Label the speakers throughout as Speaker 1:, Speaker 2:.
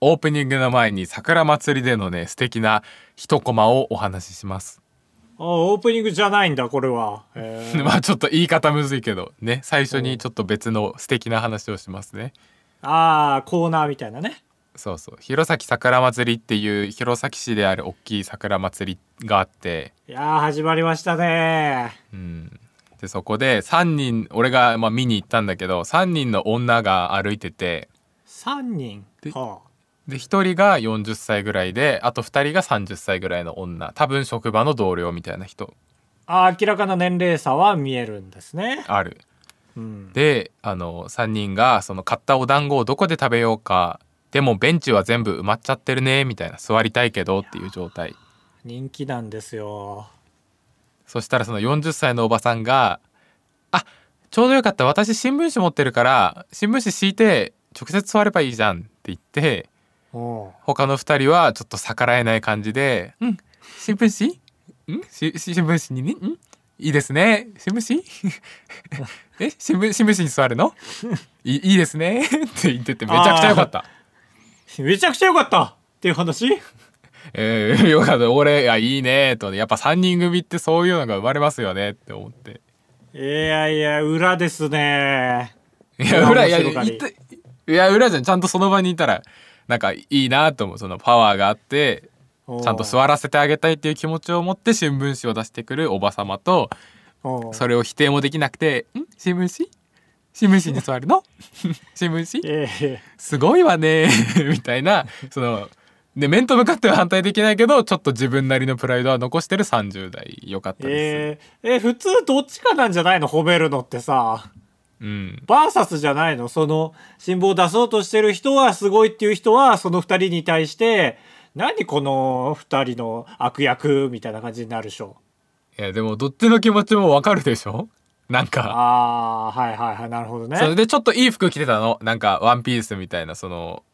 Speaker 1: オープニングの前に桜祭りでのね素敵な一コマをお話しします
Speaker 2: あオープニングじゃないんだこれは、え ー
Speaker 1: まあちょっと言い方むずいけどね最初にちょっと別の素敵な話をしますね
Speaker 2: ああコーナーみたいなね
Speaker 1: そうそう弘前桜祭りっていう弘前市である大きい桜祭りがあって
Speaker 2: いやー始まりましたね
Speaker 1: うんでそこで3人俺がまあ見に行ったんだけど3人の女が歩いてて
Speaker 2: 3人
Speaker 1: で
Speaker 2: は
Speaker 1: で1人が40歳ぐらいであと2人が30歳ぐらいの女多分職場の同僚みたいな人
Speaker 2: ああー明らかな年齢差は見えるんですね、
Speaker 1: ある
Speaker 2: うん、
Speaker 1: であの3人がその買ったお団子をどこで食べようかでもベンチは全部埋まっちゃってるねみたいな座りたいけどっていう状態
Speaker 2: 人気なんですよ
Speaker 1: そしたらその40歳のおばさんが「あちょうどよかった私新聞紙持ってるから新聞紙敷いて直接座ればいいじゃん」って言って
Speaker 2: おう
Speaker 1: 他の2人はちょっと逆らえない感じで「うん新聞紙んしし新聞紙にねんいいですね新聞紙 え新聞新聞紙に座るのいいいですね」 って言っててめちゃくちゃよかった。
Speaker 2: めちゃくちゃ良かったっていう話
Speaker 1: えー、 よかった俺いやいいねとやっぱ3人組ってそういうのが生まれますよねって思って。
Speaker 2: いやいや裏ですね
Speaker 1: いや、裏、いや、
Speaker 2: 面白がり
Speaker 1: いたいや、裏じゃん。ちゃんとその場にいたら、なんかいいなと思う。そのパワーがあって、
Speaker 2: おう
Speaker 1: ちゃんと座らせてあげたいっていう気持ちを持って新聞紙を出してくるおばさまと、
Speaker 2: おう
Speaker 1: それを否定もできなくて、ん新聞紙新聞紙に座るの 新聞紙
Speaker 2: ええ
Speaker 1: すごいわね みたいな、その、で、面と向かっては反対できないけど、ちょっと自分なりのプライドは残してる30代。よかったで
Speaker 2: えー、え普通どっちかなんじゃないの褒めるのってさ
Speaker 1: す。うん。
Speaker 2: バーサスじゃないのその辛抱を出そうとしてる人はすごいっていう人はその二人に対して何この二人の悪役みたいな感じになるでしょ
Speaker 1: いや、でも、どっちの気持ちもわかるでしょなんか。
Speaker 2: ああはいはいはいなるほどね
Speaker 1: それでちょっといい服着てたのなんかワンピースみたいなその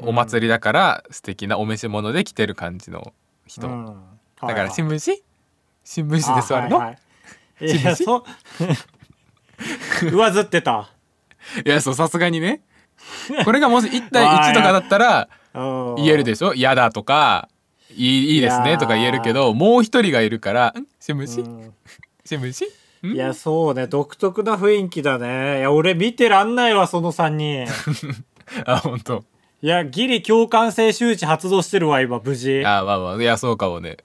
Speaker 1: お祭りだから素敵なお召し物で着てる感じの人、
Speaker 2: うんはい
Speaker 1: だ
Speaker 2: はい
Speaker 1: から新聞紙新聞紙で座るの、
Speaker 2: あはいはいい
Speaker 1: 新
Speaker 2: や
Speaker 1: 聞
Speaker 2: そう上ずってた
Speaker 1: い、やそうさすがにねこれがもし1対1とかだ ったら
Speaker 2: 言
Speaker 1: 言えるでしょ嫌だとかいいいいですねとか言えるけどもう一人がいるからん新聞紙、 新聞紙ん
Speaker 2: いやそうね独特な雰囲気だねいや俺見てらんないわその3人
Speaker 1: あ本当
Speaker 2: いやギリ共感性周知発動してるわ今無事は
Speaker 1: あまあまあいやそうかもね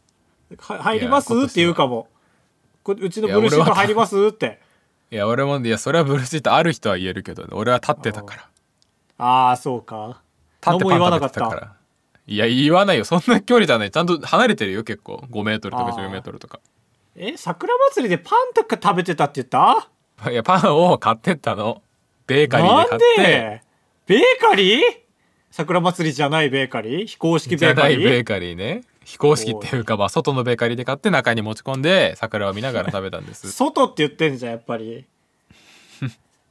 Speaker 2: 入ります
Speaker 1: いや今年は
Speaker 2: って言うかもこうちのブルーシ
Speaker 1: いや俺
Speaker 2: ート
Speaker 1: は
Speaker 2: 入りますって
Speaker 1: いや俺もいやそれはブルーシートある人は言えるけどね俺は立ってたから
Speaker 2: ああそうか
Speaker 1: 立
Speaker 2: 何
Speaker 1: って
Speaker 2: も
Speaker 1: パ
Speaker 2: 言
Speaker 1: ン
Speaker 2: わ
Speaker 1: 食べ
Speaker 2: なか
Speaker 1: て
Speaker 2: ったた
Speaker 1: から。いや、言わないよ。そんな距離じゃない。ちゃんと離れてるよ、結構。5メートルとか
Speaker 2: あー
Speaker 1: 10メートルとか。
Speaker 2: え桜祭りでパンとか食べてたって言った
Speaker 1: いや、パンを買ってったの。ベーカリー
Speaker 2: な
Speaker 1: で買
Speaker 2: ん
Speaker 1: って。
Speaker 2: でベーカリー桜祭りじゃないベーカリー非公式
Speaker 1: じ
Speaker 2: ベ
Speaker 1: ゃ
Speaker 2: ーカ
Speaker 1: ない
Speaker 2: リ
Speaker 1: ベ
Speaker 2: ー
Speaker 1: ーカリーね。非公式っていうか、まあ、外のベーカリーで買って中に持ち込んで、桜を見ながら食べたんです。
Speaker 2: 外って言ってんじゃんやっ ぱり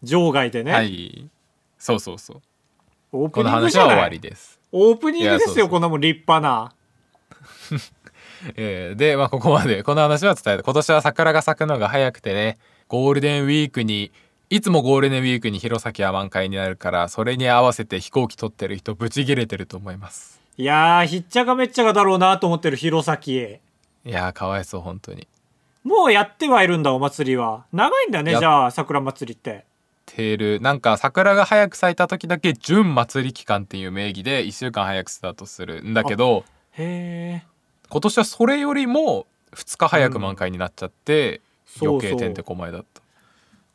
Speaker 2: 場外でね、
Speaker 1: はい。そうそうそう。
Speaker 2: オー
Speaker 1: こ
Speaker 2: プ
Speaker 1: の
Speaker 2: ニング
Speaker 1: 話
Speaker 2: じ
Speaker 1: は
Speaker 2: ゃない
Speaker 1: 終わりです。
Speaker 2: オープニング
Speaker 1: いや
Speaker 2: ですよ
Speaker 1: そうそう
Speaker 2: こんなもん立派な
Speaker 1: えーで、まあ、ここまで、この話は伝えた。今年は桜が咲くのが早くてね、ゴールデンウィークに、いつもゴールデンウィークに弘前は満開になるから、それに合わせて飛行機撮ってる人、ブチギレてると思います。
Speaker 2: いやーひっちゃかめっちゃかだろうなと思ってる弘前
Speaker 1: いやーかわいそう本当に
Speaker 2: もうやってはいるんだお祭りは長いんだね
Speaker 1: やっ
Speaker 2: じゃあ桜祭りって
Speaker 1: テールなんか桜が早く咲いた時だけ準祭り期間っていう名義で1週間早くスタートするんだけど
Speaker 2: へえ
Speaker 1: 今年はそれよりも2日早く満開になっちゃって、
Speaker 2: うん
Speaker 1: 余計
Speaker 2: そうそ
Speaker 1: て
Speaker 2: う
Speaker 1: んてこまいだった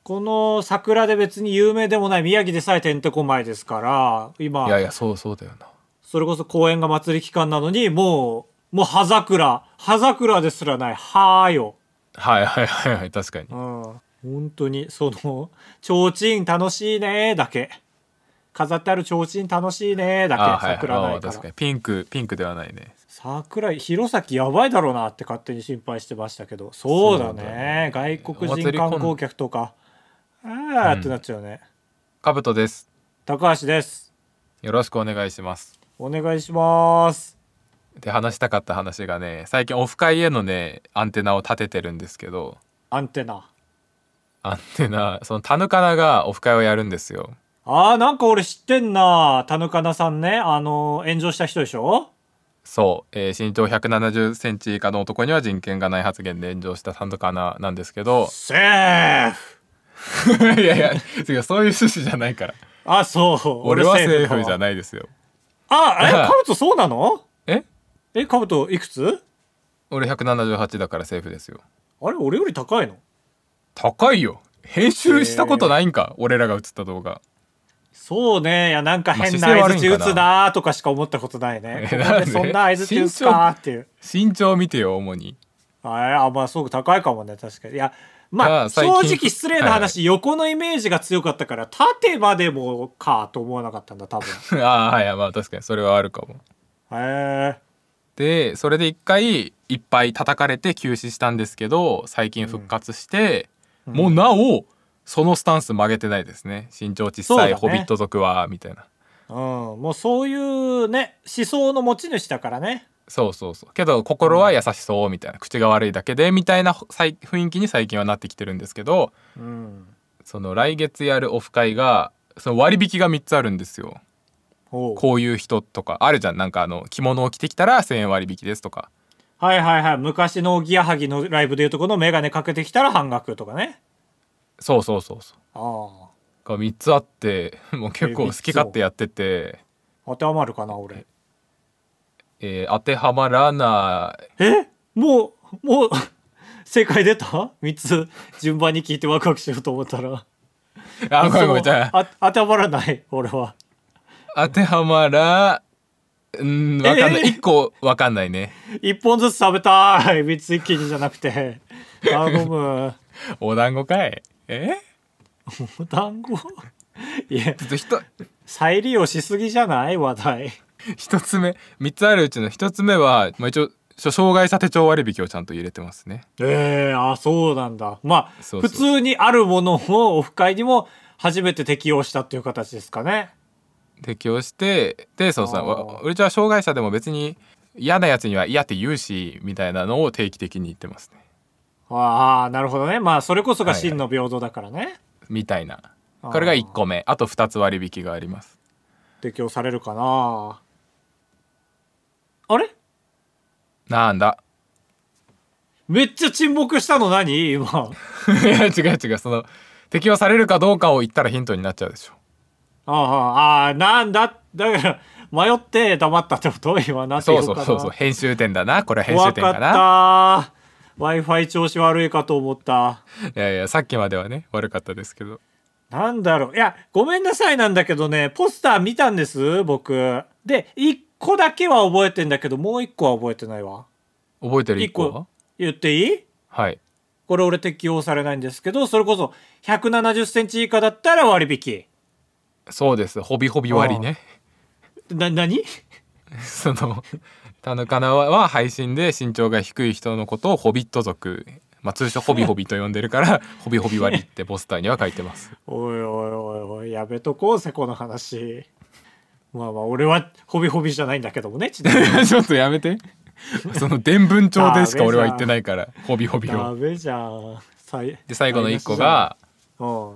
Speaker 2: この桜で別に有名でもない宮城でさえてんてこまいですから今
Speaker 1: いやいやそうそうだよな
Speaker 2: それこそ公園が祭り期間なのにもうもう葉桜葉桜ですらないはーよ
Speaker 1: はいはいはいはい確かに
Speaker 2: うん本当にその「提灯楽しいね」だけ飾ってある提灯楽しいねだけ
Speaker 1: あーはい
Speaker 2: 桜
Speaker 1: はい
Speaker 2: な
Speaker 1: あ
Speaker 2: い
Speaker 1: ー
Speaker 2: から
Speaker 1: 確かにピンクピンクではないね
Speaker 2: 桜井弘前やばいだろうなって勝手に心配してましたけどそうだ
Speaker 1: そうだ
Speaker 2: ね外国
Speaker 1: お祭
Speaker 2: 人
Speaker 1: り
Speaker 2: 観光客とかああってなっちゃうね、
Speaker 1: カブトです
Speaker 2: 高橋です
Speaker 1: よろしくお願いします
Speaker 2: お願いします
Speaker 1: で話したかった話がね最近オフ会へのねアンテナを立ててるんですけど
Speaker 2: アンテナ
Speaker 1: アンテナそのタヌカナがオフ会をやるんですよ
Speaker 2: ああーなんか俺知ってんな田ヌカナさんねあの炎上した人でしょ
Speaker 1: そう、えー身長1 7 0センチ以下の男には人権がない発言で炎上したサンドカナなんですけ ど
Speaker 2: セーフ
Speaker 1: いやいや違うそういう趣旨じゃないから
Speaker 2: あそう
Speaker 1: 俺はセーフじゃ
Speaker 2: い
Speaker 1: ないですよ
Speaker 2: あ えカブトそうなの
Speaker 1: え
Speaker 2: えカブトいくつ
Speaker 1: 俺178だからセーフですよ
Speaker 2: あれ俺より高いの
Speaker 1: 高いよ編集したことないんか、俺らが映った動画
Speaker 2: そうねいやなんか
Speaker 1: まあ
Speaker 2: 変な
Speaker 1: 姿勢悪
Speaker 2: 相
Speaker 1: いん
Speaker 2: 槌
Speaker 1: かな
Speaker 2: 打つなーとかしか思ったことないね
Speaker 1: えなんで
Speaker 2: そんな相槌打つかーっていう
Speaker 1: 身長見てよ主に
Speaker 2: ああまあすごく高いかもね確かにいやま
Speaker 1: あ
Speaker 2: あ
Speaker 1: あ
Speaker 2: 正
Speaker 1: 最近
Speaker 2: 直失礼な話、横のイメージが強かったから縦までもかと思わなかったん だ多分
Speaker 1: ああはいまあ確かにそれはあるかも
Speaker 2: へえ
Speaker 1: でそれで一回いっぱい叩かれて休止したんですけど最近復活して、もうなおそのスタンス曲げてないですね身長小
Speaker 2: そう
Speaker 1: さ
Speaker 2: だ
Speaker 1: い、
Speaker 2: ね
Speaker 1: ホビット族はみたいな
Speaker 2: うんもうそういうね思想の持ち主だからね
Speaker 1: そうそうそうけど心は優しそうみたいな口が悪いだけでみたいなさい雰囲気に最近はなってきてるんですけど
Speaker 2: うん
Speaker 1: その来月やるオフ会がその割引が3つあるんですよ
Speaker 2: おう
Speaker 1: こういう人とかあるじゃんなんかあの着物を着てきたら1,000円割引ですとか
Speaker 2: はいはいはい昔のおぎやはぎのライブでいうとこの眼鏡かけてきたら半額とかね
Speaker 1: そうそうそうそう
Speaker 2: ああ
Speaker 1: が3つあって もう結構好き勝手やってて。
Speaker 2: 当てはまるかな俺
Speaker 1: えー当てはまらない
Speaker 2: えもう もう正解出た ?3 つ順番に聞いてワクワクしようと思ったら
Speaker 1: あごめんごめんじ
Speaker 2: そう
Speaker 1: ゃあ
Speaker 2: あ当てはまらない俺は
Speaker 1: 当てはまらうんわかんない
Speaker 2: え
Speaker 1: 一個わかんないね
Speaker 2: 一本ずつ食べたい三つ一気にじゃなくて頼む
Speaker 1: お団子かいえ
Speaker 2: お団子いや
Speaker 1: ちょっとひと
Speaker 2: 再利用しすぎじゃない話題
Speaker 1: 一つ目三つあるうちの一つ目は、まあ、一応障害者手帳割引をちゃんと入れてますね
Speaker 2: ええあそうなんだまあ
Speaker 1: そうそう
Speaker 2: 普通にあるものをオフ会にも初めて適用したっていう形ですかね
Speaker 1: 適用してでそうさ
Speaker 2: あー
Speaker 1: わうちは障害者でも別に嫌なやつには嫌って言うしみたいなのを定期的に言ってますね
Speaker 2: ああなるほどねまあそれこそが
Speaker 1: はいはい
Speaker 2: 真の平等だからね、
Speaker 1: みたいな
Speaker 2: あー
Speaker 1: これが一個目あと二つ割引があります
Speaker 2: 適用されるかなあれ
Speaker 1: なんだ
Speaker 2: めっちゃ沈黙したの何今
Speaker 1: いや違う違うその適用されるかどうかを言ったらヒントになっちゃうでしょ
Speaker 2: ああ、ああ、なんだ、だから、迷って黙ったってこと今、なんて
Speaker 1: そ
Speaker 2: 言
Speaker 1: う
Speaker 2: う
Speaker 1: そう
Speaker 2: かな。
Speaker 1: そうそう編集点だなこれは編集
Speaker 2: 怖
Speaker 1: 点
Speaker 2: かっ
Speaker 1: かな
Speaker 2: た。Wi-Fi 調子悪いかと思った。
Speaker 1: いやいやさっきまではね悪かったですけど
Speaker 2: なんだろう。いや、ごめんなさいなんだけどね、ポスター見たんです、僕。で、一個だけは覚えてんだけど、もう一個は覚えてないわ。
Speaker 1: 覚えてる
Speaker 2: 一
Speaker 1: 1個は
Speaker 2: 個、言っていい
Speaker 1: はい
Speaker 2: これ俺適用されないんですけど、それこそ、170センチ以下だったら割引。
Speaker 1: そうですホビホビ割りね
Speaker 2: な、何
Speaker 1: その田ヌカナは配信で身長が低い人のことをホビット族まあ通称ホビホビと呼んでるから ホビホビ割りってポスターには書いてます
Speaker 2: おいおいおいおいやめとこうぜこの話まあまあ俺はホビホビじゃないんだけどもねち なみに
Speaker 1: ちょっとやめてその伝文帳でしか俺は言ってないからホビホビ
Speaker 2: ダ
Speaker 1: を
Speaker 2: メじゃんさい
Speaker 1: で最後の1個が
Speaker 2: うん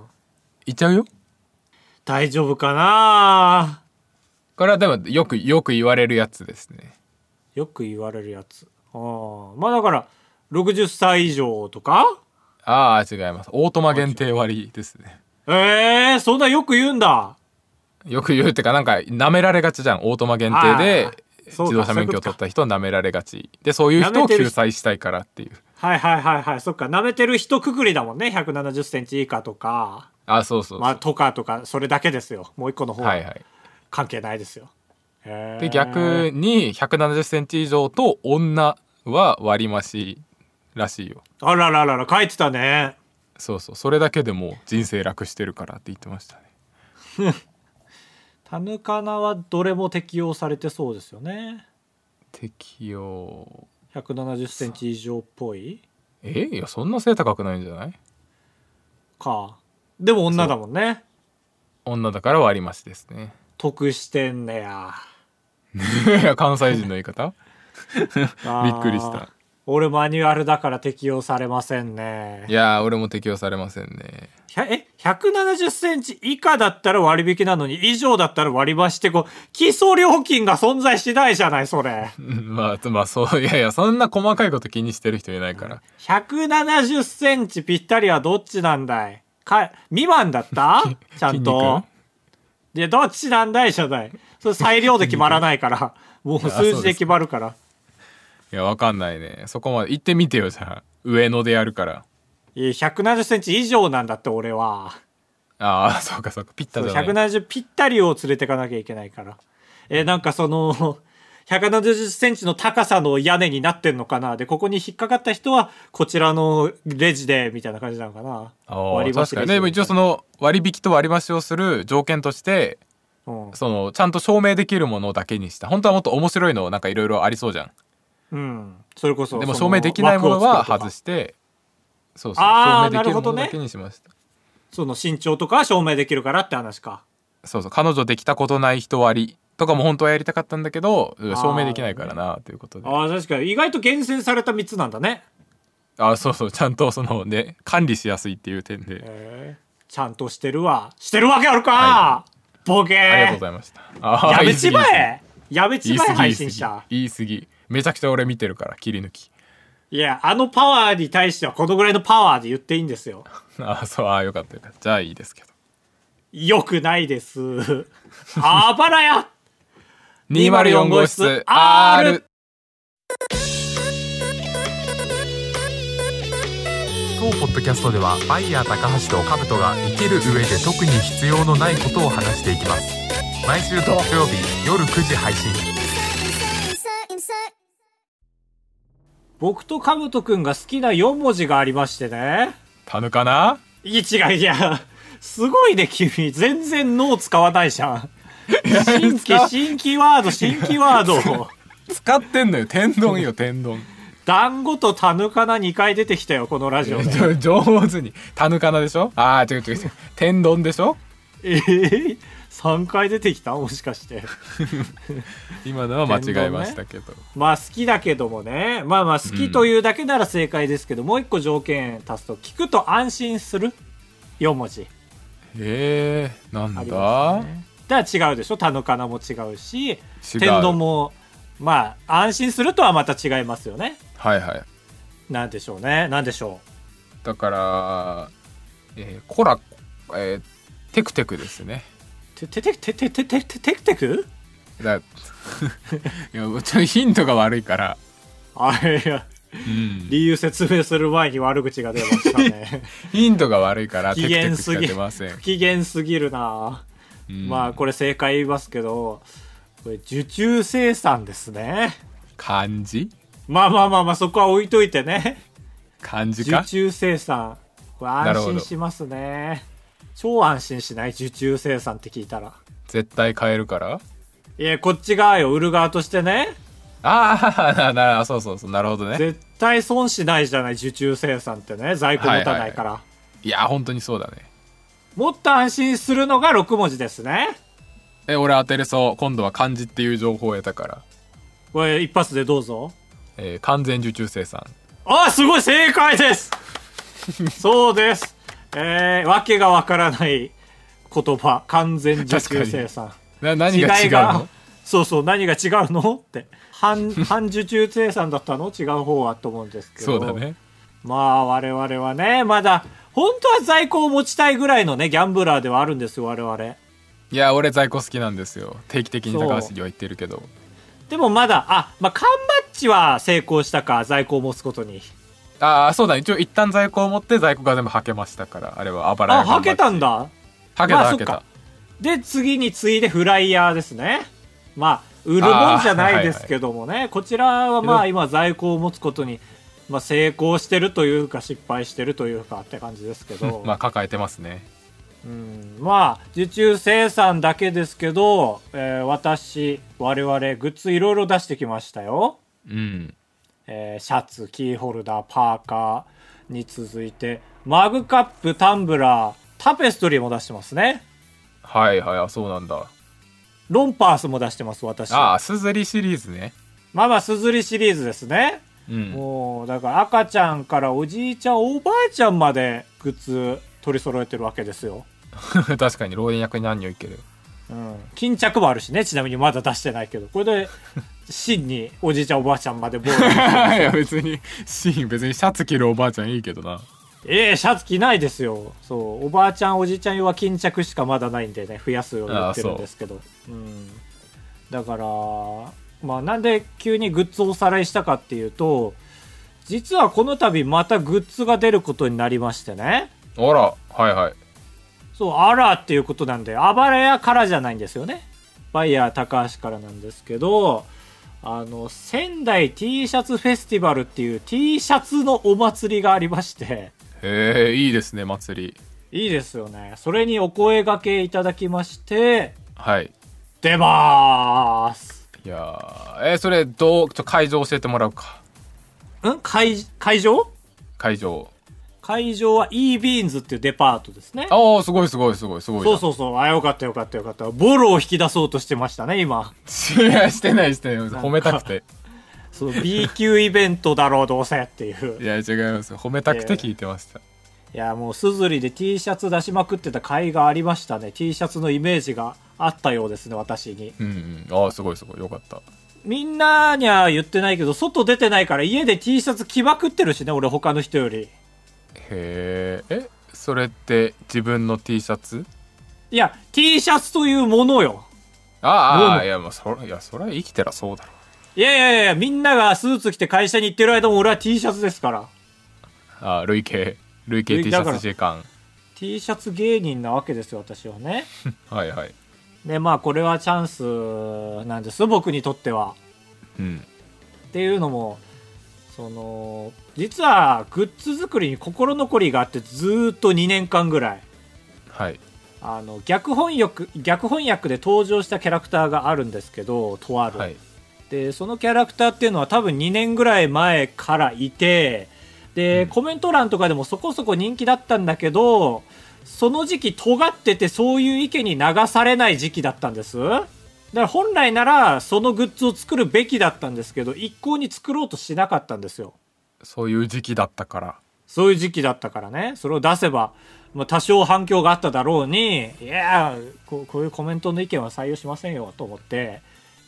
Speaker 1: いっちゃうよ
Speaker 2: 大丈夫かな
Speaker 1: これはでもよくよく言われるやつですね
Speaker 2: よく言われるやつうんまあだから60歳以上とか
Speaker 1: ああ違いますオートマ限定割ですね
Speaker 2: えー、そんなよく言うんだ
Speaker 1: よく言うってかなんか舐められがちじゃんオートマ限定
Speaker 2: あ
Speaker 1: で
Speaker 2: ーそうか
Speaker 1: 自動車免許を取った人を舐められがちでそういう人を救済したいからっていう
Speaker 2: はいはいはいはいそっか舐めてる人くくりだもんね1 7 0センチ以下とか
Speaker 1: あそうそうそう、
Speaker 2: まあとかとかそれだけですよもう一個の方
Speaker 1: はい
Speaker 2: は
Speaker 1: はい
Speaker 2: 関係ないですよ、へー
Speaker 1: で逆に1 7 0ンチ以上と女は割り増しらしいよ
Speaker 2: あらららら、書いてたね。
Speaker 1: そうそうそれだけでもう人生楽してるからって言ってましたね
Speaker 2: タヌカナはどれも適用されてそうですよね。
Speaker 1: 適用
Speaker 2: 170センチ以上っぽい
Speaker 1: えいやそんな背高くないんじゃない
Speaker 2: か。でも女だもんね。
Speaker 1: 女だから割り増しですね
Speaker 2: 得してんねや。
Speaker 1: いや関西人の言い方 びっくりし
Speaker 2: あー
Speaker 1: た。
Speaker 2: 俺マニュアルだから適用されませんね
Speaker 1: い。やー俺も適用されませんね
Speaker 2: ひゃえ、 170センチ以下だったら割引なのに、以上だったら割り増しってこう、基礎料金が存在しないじゃない、それ。
Speaker 1: うんまあまあそういやいやそんな細かいこと気にしてる人いないから
Speaker 2: 170センチぴったりはどっちなんだいか未満だった ちゃんと。いや、どっちなんだいじゃない。それ裁量で決まらないから。もう数字で決まるから。
Speaker 1: いやわかんないねそこまで行ってみてよじゃあ上野でやるから
Speaker 2: いや、170センチ以上なんだって、俺は。
Speaker 1: ああそうかそうかピッタじゃない
Speaker 2: 170ぴったりを連れてかなきゃいけないから。えーなんかその、170センチの高さの屋根になってんのかなで、ここに引っかかった人は、こちらのレジで、みたいな感じなのかな
Speaker 1: ああ
Speaker 2: 増
Speaker 1: 確かにねでも一応その割引と割り増しをする条件として
Speaker 2: の、
Speaker 1: そのちゃんと証明できるものだけにした本当はもっと面白いのなんかいろいろありそうじゃん
Speaker 2: うん。うん。それこそ。
Speaker 1: でも
Speaker 2: その
Speaker 1: 証明できないものは外
Speaker 2: 枠を作るとか
Speaker 1: してそうそう
Speaker 2: あー
Speaker 1: 証明できるもの
Speaker 2: なる
Speaker 1: だ
Speaker 2: ほ
Speaker 1: け
Speaker 2: ど
Speaker 1: にしました、
Speaker 2: その身長とかは証明できるからって話か。
Speaker 1: そうそう彼女できたことない人割とかも本当はやりたかったんだけどうん
Speaker 2: あー
Speaker 1: 証明できないからなということであ
Speaker 2: ああ、確かに。意外と厳選された3つなんだね。
Speaker 1: あそうそうちゃんとそのね管理しやすいっていう点で
Speaker 2: えーちゃんとしてるわ。してるわけあるか、
Speaker 1: は
Speaker 2: ボケー
Speaker 1: ありがとうございましたあー
Speaker 2: やめ
Speaker 1: 言い過
Speaker 2: ち
Speaker 1: ぎ
Speaker 2: まえやめ
Speaker 1: 言
Speaker 2: ち
Speaker 1: い
Speaker 2: まえ
Speaker 1: 過ぎ
Speaker 2: 配
Speaker 1: 言
Speaker 2: 信
Speaker 1: い過
Speaker 2: 者。
Speaker 1: ぎ言い過ぎめちゃくちゃ俺見てるから切り抜き
Speaker 2: いや、あのパワーに対してはこのぐらいのパワーで言っていいんですよ。
Speaker 1: あーそうあーよかったよかったじゃあいいですけど
Speaker 2: よくな いです。あばらや
Speaker 1: 204号室
Speaker 2: R
Speaker 1: R 当ポッドキャストではバイヤー高橋とカブトが生きる上で特に必要のないことを話していきます毎週土曜日夜9時配信
Speaker 3: insert, insert.
Speaker 2: 僕とカブトくんが好きな4文字がありましてね。
Speaker 1: タヌかない
Speaker 2: や違ういや、すごいね、君。全然脳使わないじゃん。新規、新規ワード、新規ワード。
Speaker 1: 使ってんのよ天丼よ天 丼
Speaker 2: 団子とタヌカナ2回出てきたよ、このラジオで。
Speaker 1: 上手にタヌかなでしょあー違う違う違う天丼でしょ
Speaker 2: えー、3回出てきたもしかして。
Speaker 1: 今のは間違えましたけど、
Speaker 2: まあ好きだけどもね。まあまあ好きというだけなら正解ですけど、もう一個条件足すと、聞くと安心する ?4 文字。
Speaker 1: えー、な
Speaker 2: あ
Speaker 1: ん
Speaker 2: り
Speaker 1: だ、
Speaker 2: ますね。だから違うでしょタヌカナも違うし、
Speaker 1: 違う
Speaker 2: 天丼も、まあ安心するとはまた違いますよね。
Speaker 1: はいはい
Speaker 2: なんでしょうね。なんでしょ
Speaker 1: だから、えー、コラ、えー、テクテクですね
Speaker 2: う。て、て、て、て、て、て、て、て、て、てく
Speaker 1: だいやちょっとヒントが悪いから、
Speaker 2: あいや、
Speaker 1: うん、
Speaker 2: 理由説明する前に悪口が出ましたね。
Speaker 1: ヒントが悪いから
Speaker 2: 不
Speaker 1: テク
Speaker 2: 機
Speaker 1: テ
Speaker 2: 嫌
Speaker 1: クし
Speaker 2: す
Speaker 1: か
Speaker 2: ぎ
Speaker 1: 出ません
Speaker 2: 不、機嫌すぎるな、
Speaker 1: うん
Speaker 2: まあこれ正解言いますけど、これ受注生産ですね。
Speaker 1: 漢字
Speaker 2: まあまあまあまあそこは置いといてね。
Speaker 1: 漢字
Speaker 2: 受
Speaker 1: か
Speaker 2: 注生産。これ安心しますね。超安心しない受注生産って聞いたら。
Speaker 1: 絶対変えるから
Speaker 2: いや、こっち側よ、売る側としてね。
Speaker 1: あ あななそうそうそうなるほどね
Speaker 2: 絶対損しないじゃない、受注生産ってね。在庫持たないから。
Speaker 1: いや本当にそうだね
Speaker 2: もっと安心するのが6文字ですね。
Speaker 1: え俺当てれそう今度は漢字っていう情報を得たから、
Speaker 2: これ一発でどうぞ。
Speaker 1: えー完全受注生産
Speaker 2: あ、すごい正解です そうです。えー、わけがわからない言葉、完全受注生産。
Speaker 1: な何が違うの
Speaker 2: そうそう、何が違うのって。半、半受注生産だったの違う方はと思うんですけ
Speaker 1: そ
Speaker 2: ど。
Speaker 1: うだ。ね
Speaker 2: まあ、我々はね、まだ、本当は在庫を持ちたいぐらいのね、ギャンブラーではあるんですよ、我々。
Speaker 1: いや俺在庫好きなんですよ定期的に高橋には言ってるけど
Speaker 2: でもまだ、あ、まあ、缶バッジは成功したか、在庫を持つことに。
Speaker 1: ああそうだね一応一旦在庫を持って在庫が全部はけましたからあれはあばらや
Speaker 2: あ、はけたん
Speaker 1: だ
Speaker 2: だ。
Speaker 1: はけた
Speaker 2: まあ
Speaker 1: はけ
Speaker 2: そったかで、次に次いでフライヤーですね。まあ、売るもんじゃないですけどもね、こちらはまあ今在庫を持つことに、まあ成功してるというか失敗してるというかって感じですけ ど、
Speaker 1: まあ抱えてますね
Speaker 2: うんまあ、受注生産だけですけど、えー私、我々、グッズいろいろ出してきましたよ。
Speaker 1: うん
Speaker 2: えーシャツ、キーホルダー、パーカーに続いて、マグカップ、タンブラー、タペストリーも出してますね。
Speaker 1: はいはいあそうなんだ
Speaker 2: ロンパースも出してます、私。
Speaker 1: ああすずりシリーズね
Speaker 2: まあまあ、すずりシリーズですね。
Speaker 1: うん
Speaker 2: もう、だから赤ちゃんからおじいちゃん、おばあちゃんまでグッズ取り揃えてるわけですよ、
Speaker 1: 確かに老若男女いける
Speaker 2: うん、巾着もあるしねちなみにまだ出してないけどこれで真におじいちゃんおばあちゃんまでボール
Speaker 1: いや別にシーン別にシャツ着るおばあちゃんいいけどな
Speaker 2: ええシャツ着ないですよそうおばあちゃんおじいちゃん用は巾着しかまだないんでね増やすように言ってるんですけどうんだからまあなんで急にグッズをおさらいしたかっていうと実はこの度またグッズが出ることになりましてね
Speaker 1: あらはいはい
Speaker 2: そうあらっていうことなんで暴れ屋からじゃないんですよねバイヤー高橋からなんですけどあの仙台 T シャツフェスティバルっていう T シャツのお祭りがありまして
Speaker 1: へえいいですね祭り
Speaker 2: いいですよね。それにお声掛けいただきまして、
Speaker 1: はい
Speaker 2: 出まーす。
Speaker 1: いやーえーそれどうちょ会場教えてもらうか
Speaker 2: ん会、会場
Speaker 1: 会場
Speaker 2: 会場は eBeans っていうデパートですね。
Speaker 1: ああすごいすごいすごいすごい
Speaker 2: そうそうそう。あ、よかったよかったよかった。ボロを引き出そうとしてましたね、今。
Speaker 1: いやしてないしてない褒めたくて
Speaker 2: そう、B 級イベントだろう、どうせっていう
Speaker 1: い。や違います褒めたくて聞いてました、
Speaker 2: いや、もう、すずりで T シャツ出しまくってた甲斐がありましたね。T シャツのイメージがあったようですね、私に。
Speaker 1: うんうんああすごいすごいよかった
Speaker 2: みんなには言ってないけど、外出てないから家で T シャツ着まくってるしね、俺他の人より。
Speaker 1: へーえそれって自分の T シャツ
Speaker 2: いや、T シャツというものよ。どう
Speaker 1: あーあ
Speaker 2: も
Speaker 1: ーいやまあそれいやそれは生きてらそうだろ
Speaker 2: いやいやいや、みんながスーツ着て会社に行ってる間も俺は T シャツですから。
Speaker 1: ああ累計累計
Speaker 2: 累
Speaker 1: T シ
Speaker 2: だ
Speaker 1: ャ
Speaker 2: から
Speaker 1: ツ時間
Speaker 2: T シャツ芸人なわけですよ、私はね。
Speaker 1: はいはい
Speaker 2: で、まあこれはチャンスなんです、僕にとっては。
Speaker 1: うん
Speaker 2: っていうのも、その、実はグッズ作りに心残りがあってずーっと2年間ぐらい。
Speaker 1: はい
Speaker 2: あの逆翻訳逆翻訳で登場したキャラクターがあるんですけどとある、
Speaker 1: はい
Speaker 2: でそのキャラクターっていうのは多分2年ぐらい前からいてで、
Speaker 1: うん
Speaker 2: コメント欄とかでもそこそこ人気だったんだけどその時期尖っててそういう意見に流されない時期だったんですだから本来ならそのグッズを作るべきだったんですけど一向に作ろうとしなかったんですよ
Speaker 1: そういう時期だったから
Speaker 2: そういう時期だったからね、それを出せば、まあ、多少反響があっただろうに、いやーこ、こういうコメントの意見は採用しませんよと思って、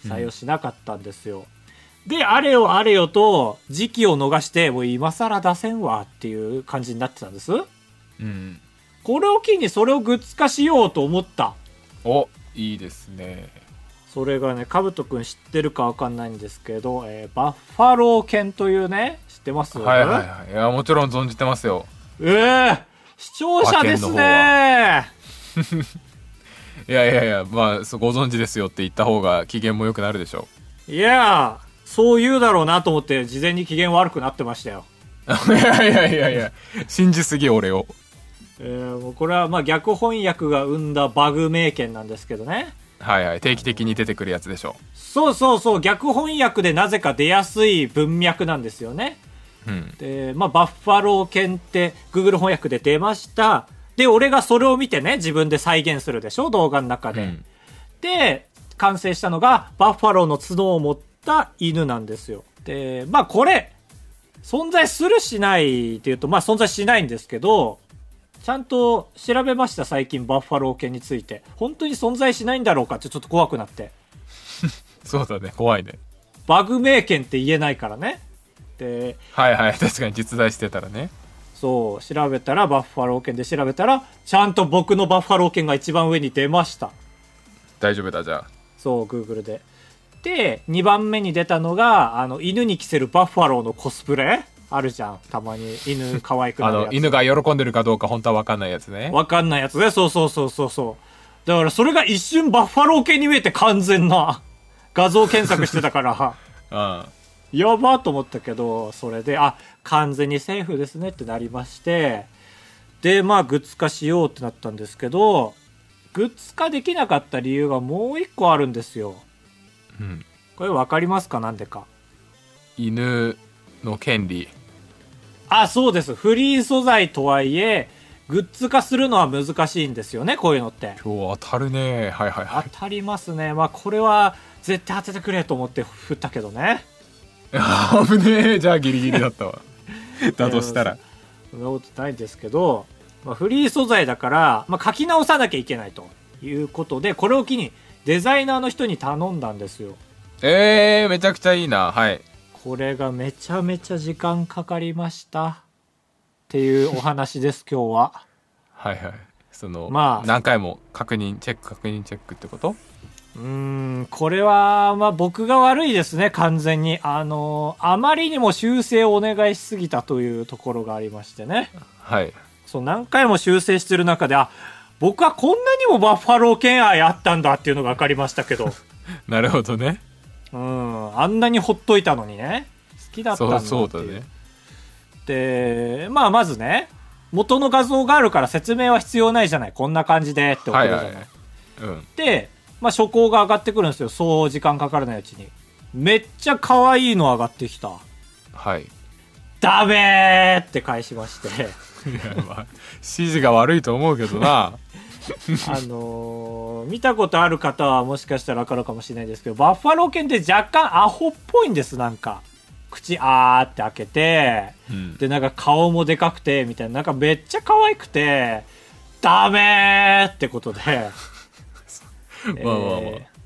Speaker 2: 採用しなかったんですよ。で、あれよあれよと、時期を逃して、もう今更出せんわっていう感じになってたんです。
Speaker 1: うん
Speaker 2: これを機にそれをグッズ化しようと思った。
Speaker 1: おいいですね
Speaker 2: それがね、かぶとくん知ってるかわかんないんですけど、えーバッファロー犬というね、知ってます
Speaker 1: はいはいはいいやもちろん存じてますよ
Speaker 2: ええ視聴者です
Speaker 1: 馬券の方
Speaker 2: ね
Speaker 1: いやいやいやまあそうご存知ですよって言った方が機嫌も良くなるでしょ
Speaker 2: いやー、そう言うだろうなと思って、事前に機嫌悪くなってましたよ。
Speaker 1: う いやいやいやいや信じすぎ俺を
Speaker 2: えー、もうこれはまあ逆翻訳が生んだバグ名犬なんですけどね。
Speaker 1: はいはい定期的に出てくるやつでしょ
Speaker 2: そうそうそう、逆翻訳でなぜか出やすい文脈なんですよね。
Speaker 1: うん
Speaker 2: で、まあ、バッファロー犬って Google 翻訳で出ました。で、俺がそれを見てね、自分で再現するでしょ、動画の中
Speaker 1: う
Speaker 2: で。
Speaker 1: ん
Speaker 2: で、完成したのが、バッファローの角を持った犬なんですよ。で、まあこれ、存在するしないっていうと、まあ存在しないんですけど、ちゃんと調べました、最近、バッファロー犬について。本当に存在しないんだろうかってちょっと怖くなって。
Speaker 1: そうだね怖いね
Speaker 2: バグ名犬って言えないからね。で、
Speaker 1: はいはい確かに実在してたらね
Speaker 2: そう、調べたら、バッファロー犬で調べたら、ちゃんと僕のバッファロー犬が一番上に出ました。
Speaker 1: 大丈夫だじゃあ
Speaker 2: そう、Google で。で、2番目に出たのが、あの、犬に着せるバッファローのコスプレあるじゃん。たまに犬可愛くな
Speaker 1: あ
Speaker 2: るやつ。
Speaker 1: の犬が喜んでるかどうか本当は分かんないやつね
Speaker 2: わかんないやつね。そうそうそうそうそう。だからそれが一瞬バッファロー系に見えて完全な画像検索してたから、
Speaker 1: うん
Speaker 2: やばーと思ったけど、それで、あ、完全にセーフですねってなりまして、で、まあ、グッズ化しようってなったんですけど、グッズ化できなかった理由がもう一個あるんですよ。
Speaker 1: うん
Speaker 2: これわかりますかなんでか。
Speaker 1: 犬の権利
Speaker 2: あ、そうです。フリー素材とはいえ、グッズ化するのは難しいんですよね、こういうのって。
Speaker 1: 今日当たるねはいはい
Speaker 2: 当
Speaker 1: はい
Speaker 2: たりますね。まあ、これは絶対当ててくれと思って振ったけどね。
Speaker 1: あ 危ねえじゃあギリギリだったわだとしたら
Speaker 2: そんなことないんですけど、まあ、フリー素材だから、まあ、書き直さなきゃいけないということでこれを機にデザイナーの人に頼んだんですよ
Speaker 1: えー、めちゃくちゃいいな。はい。
Speaker 2: これがめちゃめちゃ時間かかりましたっていうお話です今日は
Speaker 1: はいはい。その、
Speaker 2: まあ
Speaker 1: 何回も確認、チェック、確認、チェックってこと
Speaker 2: うーんこれはまあ僕が悪いですね完全にあのあまりにも修正をお願いしすぎたというところがありましてね
Speaker 1: はい。
Speaker 2: そう何回も修正してる中であ僕はこんなにもバッファロー犬愛あったんだっていうのが分かりました けど
Speaker 1: なるほどね。
Speaker 2: うんあんなにほっといたのにね好きだったんだ
Speaker 1: そ
Speaker 2: っ
Speaker 1: う、
Speaker 2: ていう
Speaker 1: そうだね。
Speaker 2: でまあまずね元の画像があるから説明は必要ないじゃないこんな感じでって送るじゃな
Speaker 1: はい
Speaker 2: い、
Speaker 1: はい。うん。
Speaker 2: で、まあ、初稿が上がってくるんですよそう時間かからないうちにめっちゃ可愛いの上がってきた
Speaker 1: はい。
Speaker 2: ダメーって返しまして
Speaker 1: いやまあ、指示が悪いと思うけど な。
Speaker 2: あのー見たことある方はもしかしたら分かるかもしれないですけどバッファロー犬って若干アホっぽいんですなんか口あーって開けて
Speaker 1: うん。
Speaker 2: でなんか顔もでかくてみたいななんかめっちゃ可愛くてダメーってことで
Speaker 1: まあまあまあ
Speaker 2: えー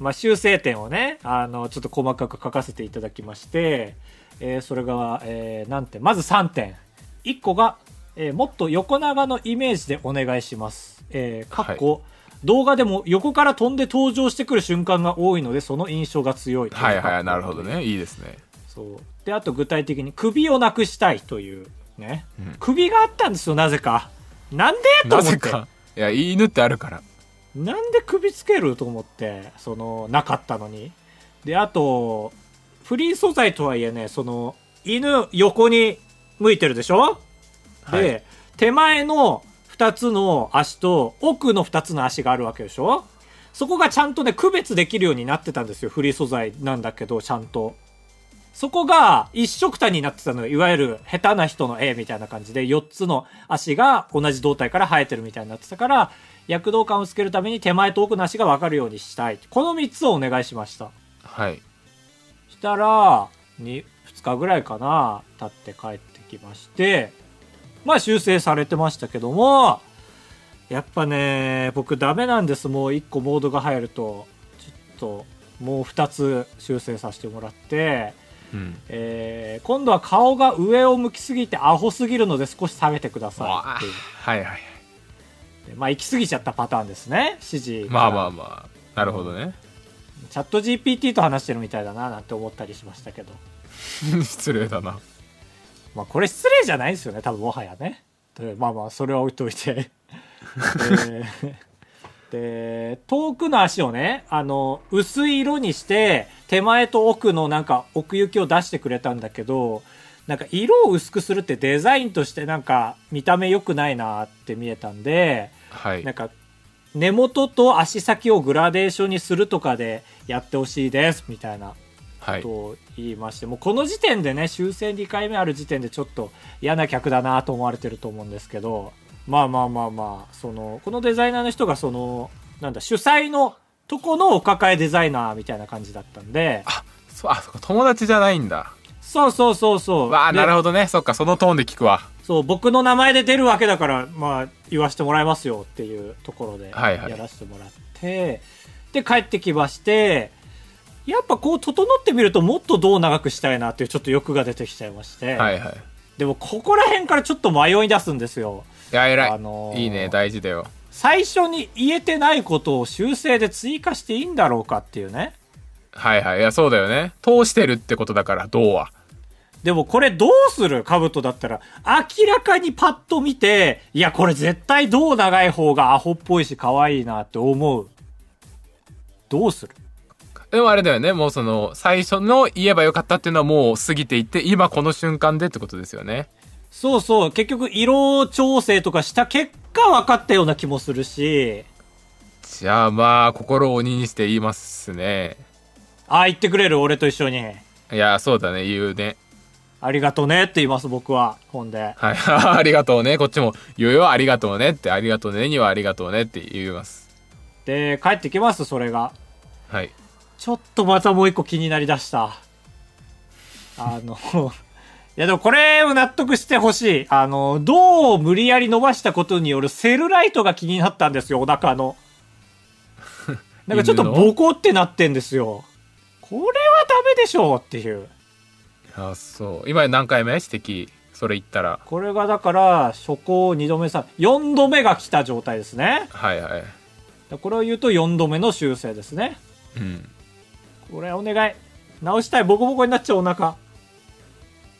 Speaker 2: まあ修正点をねあのちょっと細かく書かせていただきまして、えーそれが、えー何点まず3点1個が、えーもっと横長のイメージでお願いします」えー、かっこ、動画でも横から飛んで登場してくる瞬間が多いのでその印象が強い
Speaker 1: はいはい、なるほどね。いいです ね。
Speaker 2: そうであと具体的に首をなくしたいというね、
Speaker 1: うん
Speaker 2: 首があったんですよなぜかなんでと
Speaker 1: な
Speaker 2: 思って
Speaker 1: ぜか。いや、犬ってあるから。
Speaker 2: なんで首つけると思ってそのなかったのにであとフリー素材とはいえねその犬横に向いてるでしょ、
Speaker 1: はい
Speaker 2: で手前の2つの足と奥の2つの足があるわけでしょそこがちゃんとね区別できるようになってたんですよフリー素材なんだけどちゃんとそこが一色単になってたのよいわゆる下手な人の絵みたいな感じで4つの足が同じ胴体から生えてるみたいになってたから躍動感をつけるために手前と奥の足が分かるようにしたいこの3つをお願いしました
Speaker 1: はい。
Speaker 2: したら 2, 2日ぐらいかな経って帰ってきましてまあ修正されてましたけどもやっぱね僕ダメなんですもう1個モードが入るとちょっともう2つ修正させてもらって
Speaker 1: うん。
Speaker 2: えー今度は顔が上を向きすぎてアホすぎるので少し下げてくださ
Speaker 1: あ
Speaker 2: いっ
Speaker 1: はいはい。
Speaker 2: ていうまあ行き過ぎちゃったパターンですね指示
Speaker 1: まあまあまあ。なるほどね。
Speaker 2: チャット GPT と話してるみたいだななんて思ったりしましたけど、
Speaker 1: 失礼だな。
Speaker 2: まあ、これ失礼じゃないですよね多分もはやねでまあまあそれは置いといてでで遠くの足をねあの薄い色にして手前と奥のなんか奥行きを出してくれたんだけどなんか色を薄くするってデザインとしてなんか見た目良くないなって見えたんで
Speaker 1: はい。
Speaker 2: なんか根元と足先をグラデーションにするとかでやってほしいですみたいな
Speaker 1: はい。
Speaker 2: と言いまして、もうこの時点でね修正2回目ある時点でちょっと嫌な客だなと思われてると思うんですけどまあまあまあまあそのこのデザイナーの人がそのなんだ主催のとこのお抱えデザイナーみたいな感じだったんで
Speaker 1: あ、そう、あ、そっか友達じゃないんだ。
Speaker 2: そうそうそうそう
Speaker 1: わあ、
Speaker 2: で
Speaker 1: なるほどね。そっか、そのトーンで聞くわ。
Speaker 2: そう僕の名前で出るわけだからまあ言わせてもらいますよっていうところで
Speaker 1: はいはい
Speaker 2: やらせてもらって、で帰ってきましてやっぱこう整ってみるともっとどう長くしたいなっていうちょっと欲が出てきちゃいまして、
Speaker 1: はいはい。
Speaker 2: でもここら辺からちょっと迷い出すんですよ。
Speaker 1: いや、偉い。
Speaker 2: あのー
Speaker 1: いいね、大事だよ。
Speaker 2: 最初に言えてないことを修正で追加していいんだろうかっていうね。
Speaker 1: はいはい。いや、そうだよね。通してるってことだから、どうは。
Speaker 2: でもこれどうするカブトだったら、明らかにパッと見て、いやこれ絶対どう長い方がアホっぽいし可愛いなって思う。どうする
Speaker 1: でもあれだよね。もうその、最初の言えばよかったっていうのはもう過ぎていって、今この瞬間でってことですよね。
Speaker 2: そうそう、結局色調整とかした結果分かったような気もするし、
Speaker 1: じゃあまあ、心を鬼にして言いますね。
Speaker 2: ああ言ってくれる俺と一緒に。
Speaker 1: いや、そうだね、言うね。
Speaker 2: ありがとうねって言います僕は。ほんで。
Speaker 1: はい。 ありがとうね。こっちも、言うよ、ありがとうねって、ありがとうねにはありがとうねって言います。
Speaker 2: で、帰ってきますそれが。
Speaker 1: はい。
Speaker 2: ちょっとまたもう一個気になりだした。あの、いやでもこれを納得してほしい。あの、銅を無理やり伸ばしたことによるセルライトが気になったんですよ、お腹の。なんかちょっと
Speaker 1: 犬の
Speaker 2: ボコってなってんですよ。これはダメでしょうっていう。
Speaker 1: あそう今何回目指摘それ言ったら
Speaker 2: これがだから、初行2度目さ、4度目が来た状態ですね。
Speaker 1: はいはい
Speaker 2: これを言うと4度目の修正ですね。
Speaker 1: うん
Speaker 2: これお願い。直したい。ボコボコになっちゃうお腹。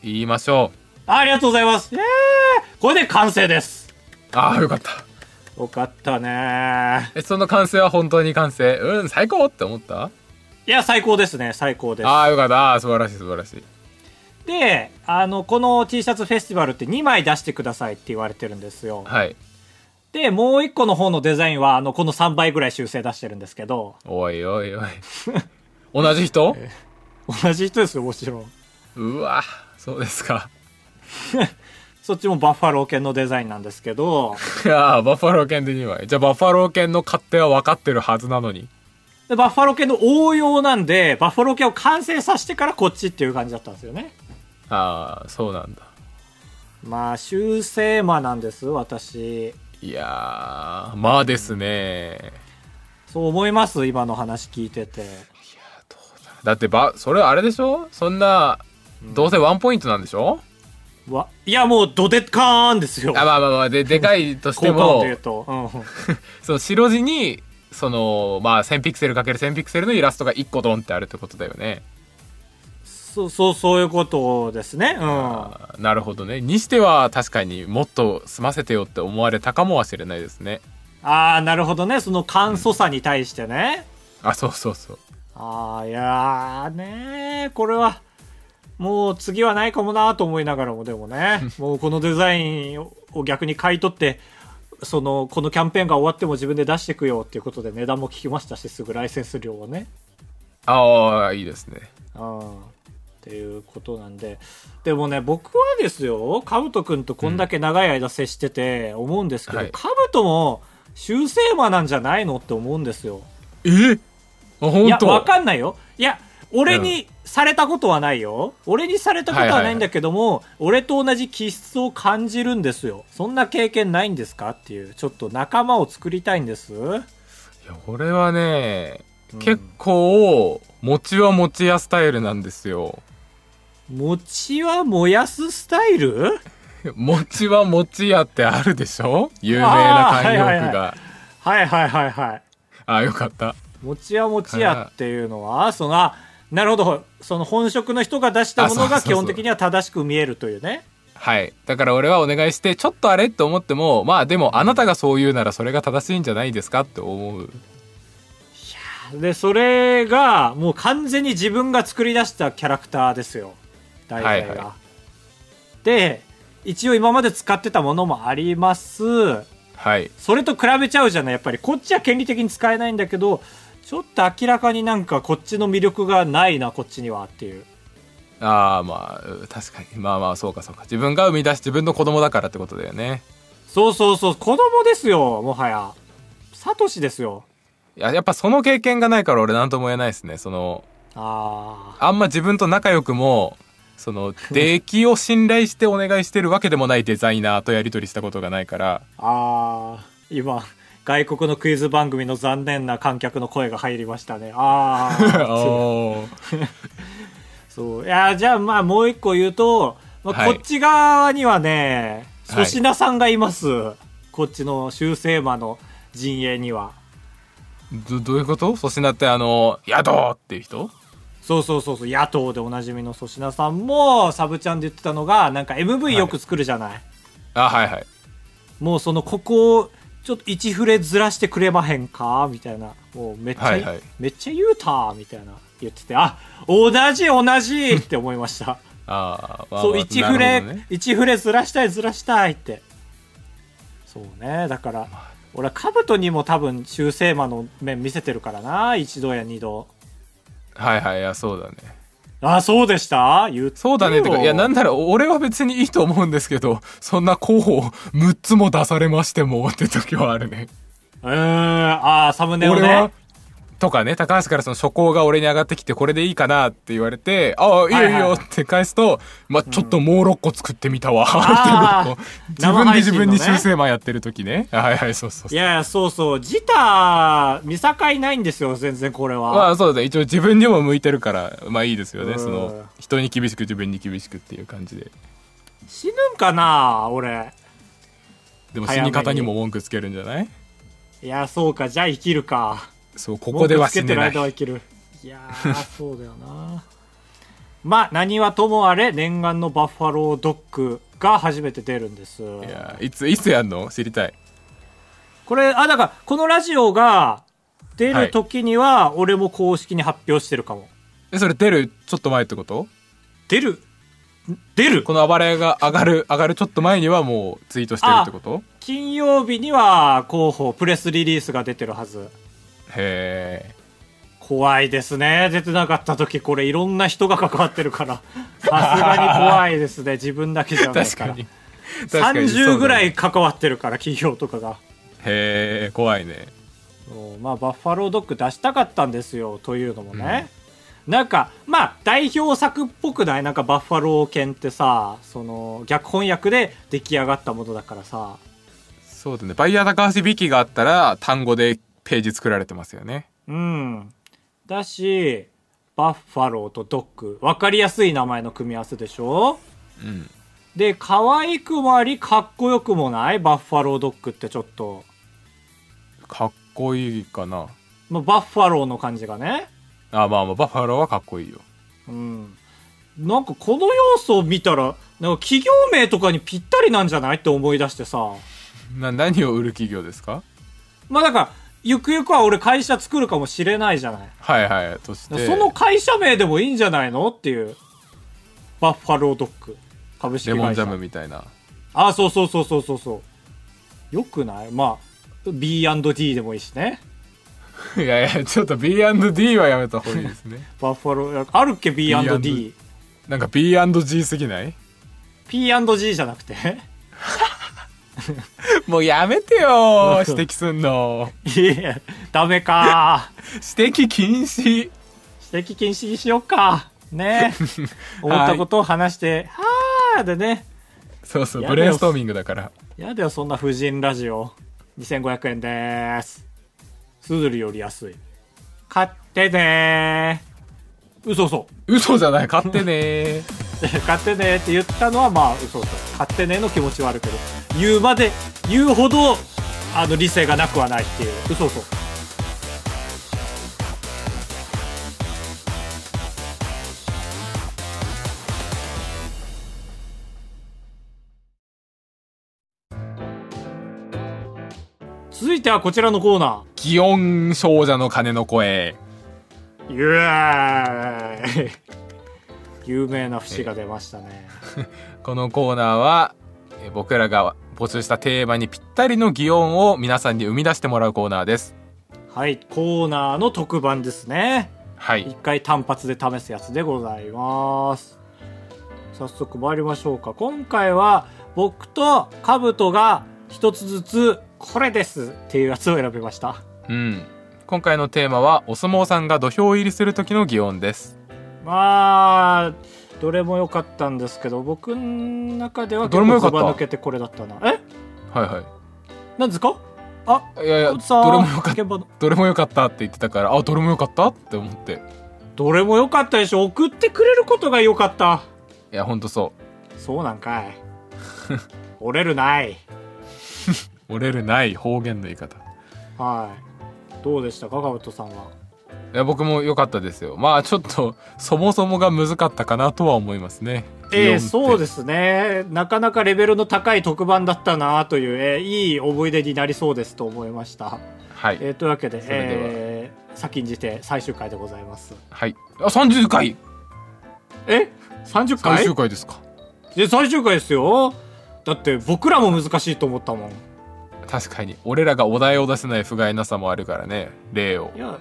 Speaker 1: 言いましょう
Speaker 2: ありがとうございます。えー、これで完成です。
Speaker 1: ああよかった
Speaker 2: よかったね
Speaker 1: えその完成は本当に完成うん最高って思った
Speaker 2: いや、最高ですね。最高です。
Speaker 1: ああよかったあー素晴らしい素晴らしい
Speaker 2: で、あの、この T シャツフェスティバルって2枚出してくださいって言われてるんですよ。
Speaker 1: はい
Speaker 2: で、もう1個の方のデザインは、あの、この3倍ぐらい修正出してるんですけど、
Speaker 1: おいおいおい同じ 人
Speaker 2: 同じ人ですよ、もちろん。
Speaker 1: うわそうですか
Speaker 2: そっちもバッファロー犬のデザインなんですけど、
Speaker 1: いやーバッファロー犬で2枚じゃあバッファロー犬の勝手は分かってるはずなのに
Speaker 2: でバッファロー犬の応用なんで、バッファロー犬を完成させてからこっちっていう感じだったんですよね。
Speaker 1: ああそうなんだ
Speaker 2: まあ、修正魔なんです、私。
Speaker 1: いやーまあですね
Speaker 2: そう思います、今の話聞いてて。
Speaker 1: だってばそれあれでしょそんなどうせワンポイントなんでしょ、
Speaker 2: わ、いや、もう、ドデカーンですよ。
Speaker 1: あまあまあまあででかいとして
Speaker 2: 効果音
Speaker 1: も
Speaker 2: というと。うんうん
Speaker 1: その白地にそのまあ1000ピクセル ×1000 ピクセルのイラストが1個ドンってあるってことだよね、
Speaker 2: そう、そう、そういうことですね。うん。
Speaker 1: あーなるほどねにしては確かにもっと済ませてよって思われたかもしれないですね
Speaker 2: ああ、なるほどね。その簡素さに対してね。
Speaker 1: あそうそうそう
Speaker 2: ああ、いやーねー、これは、もう次はないかもなーと思いながらも、で もね、もうこのデザインを逆に買い取って、その、このキャンペーンが終わっても自分で出してくよっていうことで値段も聞きましたし、すぐライセンス料をね。
Speaker 1: ああいいですね
Speaker 2: うん。っていうことなんで。でもね、僕はですよ、カブト君とこんだけ長い間接してて思うんですけど、
Speaker 1: はい
Speaker 2: カブトも修正魔なんじゃないのって思うんですよ。
Speaker 1: えっ本
Speaker 2: いや、
Speaker 1: 当
Speaker 2: わかんないよ。いや、俺にされたことはないよ。俺にされたことはないんだけども、俺と同じ気質を感じるんですよ。そんな経験ないんですかっていう。ちょっと仲間を作りたいんです。
Speaker 1: いや俺はね結構餅は餅屋スタイルなんですよ
Speaker 2: 餅は燃やすスタイル
Speaker 1: 餅は餅屋ってあるでし ょ有名な慣用句があ,、
Speaker 2: あーはいはいはいはいはいはい。
Speaker 1: あよかった
Speaker 2: 餅屋餅屋っていうのは、その、あなるほど、その本職の人が出したも
Speaker 1: あ
Speaker 2: のが
Speaker 1: そうそうそう
Speaker 2: 基本的には正しく見えるというね。
Speaker 1: はいだから俺はお願いしてちょっとあれって思ってもまあでもあなたがそう言うならそれが正しいんじゃないですかって思う
Speaker 2: で、それが、もう完全に自分が作り出したキャラクターですよ。大体が。
Speaker 1: はいは
Speaker 2: で、一応今まで使ってたものもあります。
Speaker 1: はい
Speaker 2: それと比べちゃうじゃない、やっぱり。こっちは権利的に使えないんだけど、ちょっと明らかになんかこっちの魅力がないな、こっちにはっていう。
Speaker 1: ああまあうん確かにまあまあそうかそうか自分が生み出し自分の子供だからってことだよね
Speaker 2: そうそうそう、子供ですよ、もはや。サトシですよ。
Speaker 1: いややっぱその経験がないから俺何とも言えないですねその
Speaker 2: あ
Speaker 1: あんま自分と仲良くもそ の出来を信頼してお願いしてるわけでもないデザイナーとやり取りしたことがない から
Speaker 2: あ、あー今、外国のクイズ番組の残念な観客の声が入りましたね。ああ、
Speaker 1: おー
Speaker 2: そう。いやー、じゃあまあもう一個言うと、まあ、
Speaker 1: はい
Speaker 2: こっち側にはね、
Speaker 1: はい
Speaker 2: 粗品さんがいます。こっちの修正魔の陣営には。
Speaker 1: どどういうこと粗品ってあの「宿!」っていう人
Speaker 2: そうそうそうそう、野党でおなじみの粗品さんも、サブちゃんで言ってたのが、なんか MV よく作るじゃない、
Speaker 1: あはいはい
Speaker 2: もうそのここをちょっと1フレずらしてくれまへんかみたいなもうめっちゃ、
Speaker 1: はいはい
Speaker 2: めっちゃ言うたみたいな言っててあ同じ同じって思いました
Speaker 1: あー、まあ、
Speaker 2: そう
Speaker 1: まあ
Speaker 2: 1フレ、
Speaker 1: なるほどね
Speaker 2: 一フレずらしたいずらしたいってそうねだから俺は兜にも多分修正魔の面見せてるからな一度や二度
Speaker 1: はいはいいやそうだね
Speaker 2: あそうでした言ってよ
Speaker 1: そうだねってかいやなんなら俺は別にいいと思うんですけどそんな候補6つも出されましてもって時はあるね
Speaker 2: うーんああサムネを
Speaker 1: 俺は
Speaker 2: ね
Speaker 1: とかね、高橋からその初行が俺に上がってきて、これでいいかなって言われて、ああ、いいよ
Speaker 2: はい
Speaker 1: い
Speaker 2: はい
Speaker 1: いよって返すと、まあ、ちょっともう6個作ってみたわ、
Speaker 2: あ
Speaker 1: ってい
Speaker 2: ー
Speaker 1: うことを自分で自分に
Speaker 2: 生配信のね
Speaker 1: 修正マンやってる時ね。はいはい、そうそう
Speaker 2: い
Speaker 1: そう。
Speaker 2: やいや、そうそう。ジター、見境ないんですよ、全然これは。
Speaker 1: まあそうだね、一応自分にも向いてるから、まあいいですよ
Speaker 2: う
Speaker 1: ね。
Speaker 2: ん
Speaker 1: その、人に厳しく自分に厳しくっていう感じで。
Speaker 2: 死ぬんかな俺。
Speaker 1: でも死
Speaker 2: 早め
Speaker 1: に
Speaker 2: に
Speaker 1: 方にも文句つけるんじゃない
Speaker 2: いや、そうか。じゃあ生きるか。
Speaker 1: そう、ここでは
Speaker 2: 文句
Speaker 1: 死
Speaker 2: つけ
Speaker 1: ね
Speaker 2: てる
Speaker 1: ない
Speaker 2: 間。は生きる。いやー、そうだよな。 まあ、何はともあれ、念願のバッファロードッグが初めて出るんです。
Speaker 1: いやいついつやんの知りたい
Speaker 2: これ、あ、だから、このラジオが出る時には、俺も公式に発表してるかも。
Speaker 1: えそれ出るちょっと前ってこと
Speaker 2: 出るん出る
Speaker 1: この暴れが上がる上がるちょっと前にはもうツイートしてるってこと
Speaker 2: 金曜日には広報プレスリリースが出てるはず
Speaker 1: へえ
Speaker 2: 怖いですね出てなかった時これいろんな人が関わってるからさすがに怖いですね自分だけじゃない
Speaker 1: 確
Speaker 2: か
Speaker 1: からに確か にそうだね
Speaker 2: 30ぐらい関わってるから企業とかが
Speaker 1: へえ怖いね
Speaker 2: そうまあバッファロードッグ出したかったんですよというのもね、なんかまあ代表作っぽくないなんかバッファロー犬ってさその逆翻訳で出来上がったものだからさ
Speaker 1: そうだねバイヤー高橋ビキがあったら単語でページ作られてますよね
Speaker 2: うん。だし、バッファローとドッグ。わかりやすい名前の組み合わせでしょ
Speaker 1: うん
Speaker 2: で、可愛くもあり、かっこよくもないバッファロードッグってちょっと。
Speaker 1: かっこいいかな
Speaker 2: まあ、バッファローの感じがね。
Speaker 1: あまあまあバッファローはかっこいいよ
Speaker 2: うん。なんかこの要素を見たら、なんか企業名とかにぴったりなんじゃないって思い出してさ。
Speaker 1: な何を売る企業ですか
Speaker 2: まあだから、ゆくゆくは俺会社作るかもしれないじゃない。
Speaker 1: はいはいとして
Speaker 2: その会社名でもいいんじゃないのっていう。バッファロードッグ。株式
Speaker 1: レ
Speaker 2: 会社。
Speaker 1: モンジャムみたいな
Speaker 2: あ、そうそうそうそうそうそう。よくないまあ、B&D でもいいしね。
Speaker 1: いやいやちょっと B&D はやめた方がいいですね
Speaker 2: バッファロー、あるっけ
Speaker 1: B&D
Speaker 2: B&D。
Speaker 1: なんか B&G すぎない
Speaker 2: P&G じゃなく て
Speaker 1: もうやめて よ指摘すんの
Speaker 2: いや、ダメか。
Speaker 1: 指摘禁止
Speaker 2: 指摘禁止にしようか。ね思ったことを話して、はーでね。
Speaker 1: そうそう
Speaker 2: や
Speaker 1: ブ
Speaker 2: めよ
Speaker 1: レインストーミングだから
Speaker 2: やだよ、そんな婦人ラジオ。2500円でーす。スズリより安い。買ってねー。嘘嘘。
Speaker 1: 嘘じゃない買って ね
Speaker 2: 買ってねって言ったのはまあ嘘嘘買ってねの気持ちはあるけど言うまで言うほどあの理性がなくはないっていう嘘嘘続いてはこちらのコーナ
Speaker 1: 祇園少女の鐘の声
Speaker 2: ーイエーイ 有名な節が出ましたね
Speaker 1: このコーナーはえー僕らが募集したテーマにぴったりの祇園を皆さんに生み出してもらうコーナーです
Speaker 2: はいコーナーの特番ですね
Speaker 1: はい
Speaker 2: 一回単発で試すやつでございます早速参りましょうか今回は僕とカブトが一つずつこれですっていうやつを選びました
Speaker 1: うん今回のテーマはお相撲さんが土俵入りする時の祇園です
Speaker 2: まあどれも良かったんですけど僕の中では
Speaker 1: どれも良かった
Speaker 2: 結構ずば抜けてこれだったなえ
Speaker 1: はいは
Speaker 2: なんですかあ
Speaker 1: いいやいや
Speaker 2: カブトさん
Speaker 1: どれもよかった
Speaker 2: 現場の
Speaker 1: どれも良かったって言ってたからあどれも良かったって思って
Speaker 2: どれも良かったでしょ送ってくれることが良かった
Speaker 1: いやほんとそ
Speaker 2: そうなんかい折れるないう
Speaker 1: 折れるない方言の言い方
Speaker 2: はいどうでしたかカブトさんはい
Speaker 1: や僕も良かったですよまあちょっとそもそもが難かったかなとは思いますね
Speaker 2: ええそうですすね。なかなかレベルの高い特番だったなという、えーいい思い出になりそうですと思いました。
Speaker 1: はい、
Speaker 2: えーというわけで、
Speaker 1: それでは
Speaker 2: えー先んじて最終回でございます。
Speaker 1: はいあ30回
Speaker 2: え ?30 回
Speaker 1: 最終回ですか
Speaker 2: え最終回ですよ。だって僕らも難しいと思ったもん。い
Speaker 1: 確かに俺らがお題を出せない不甲斐なさもあるからね例を
Speaker 2: や、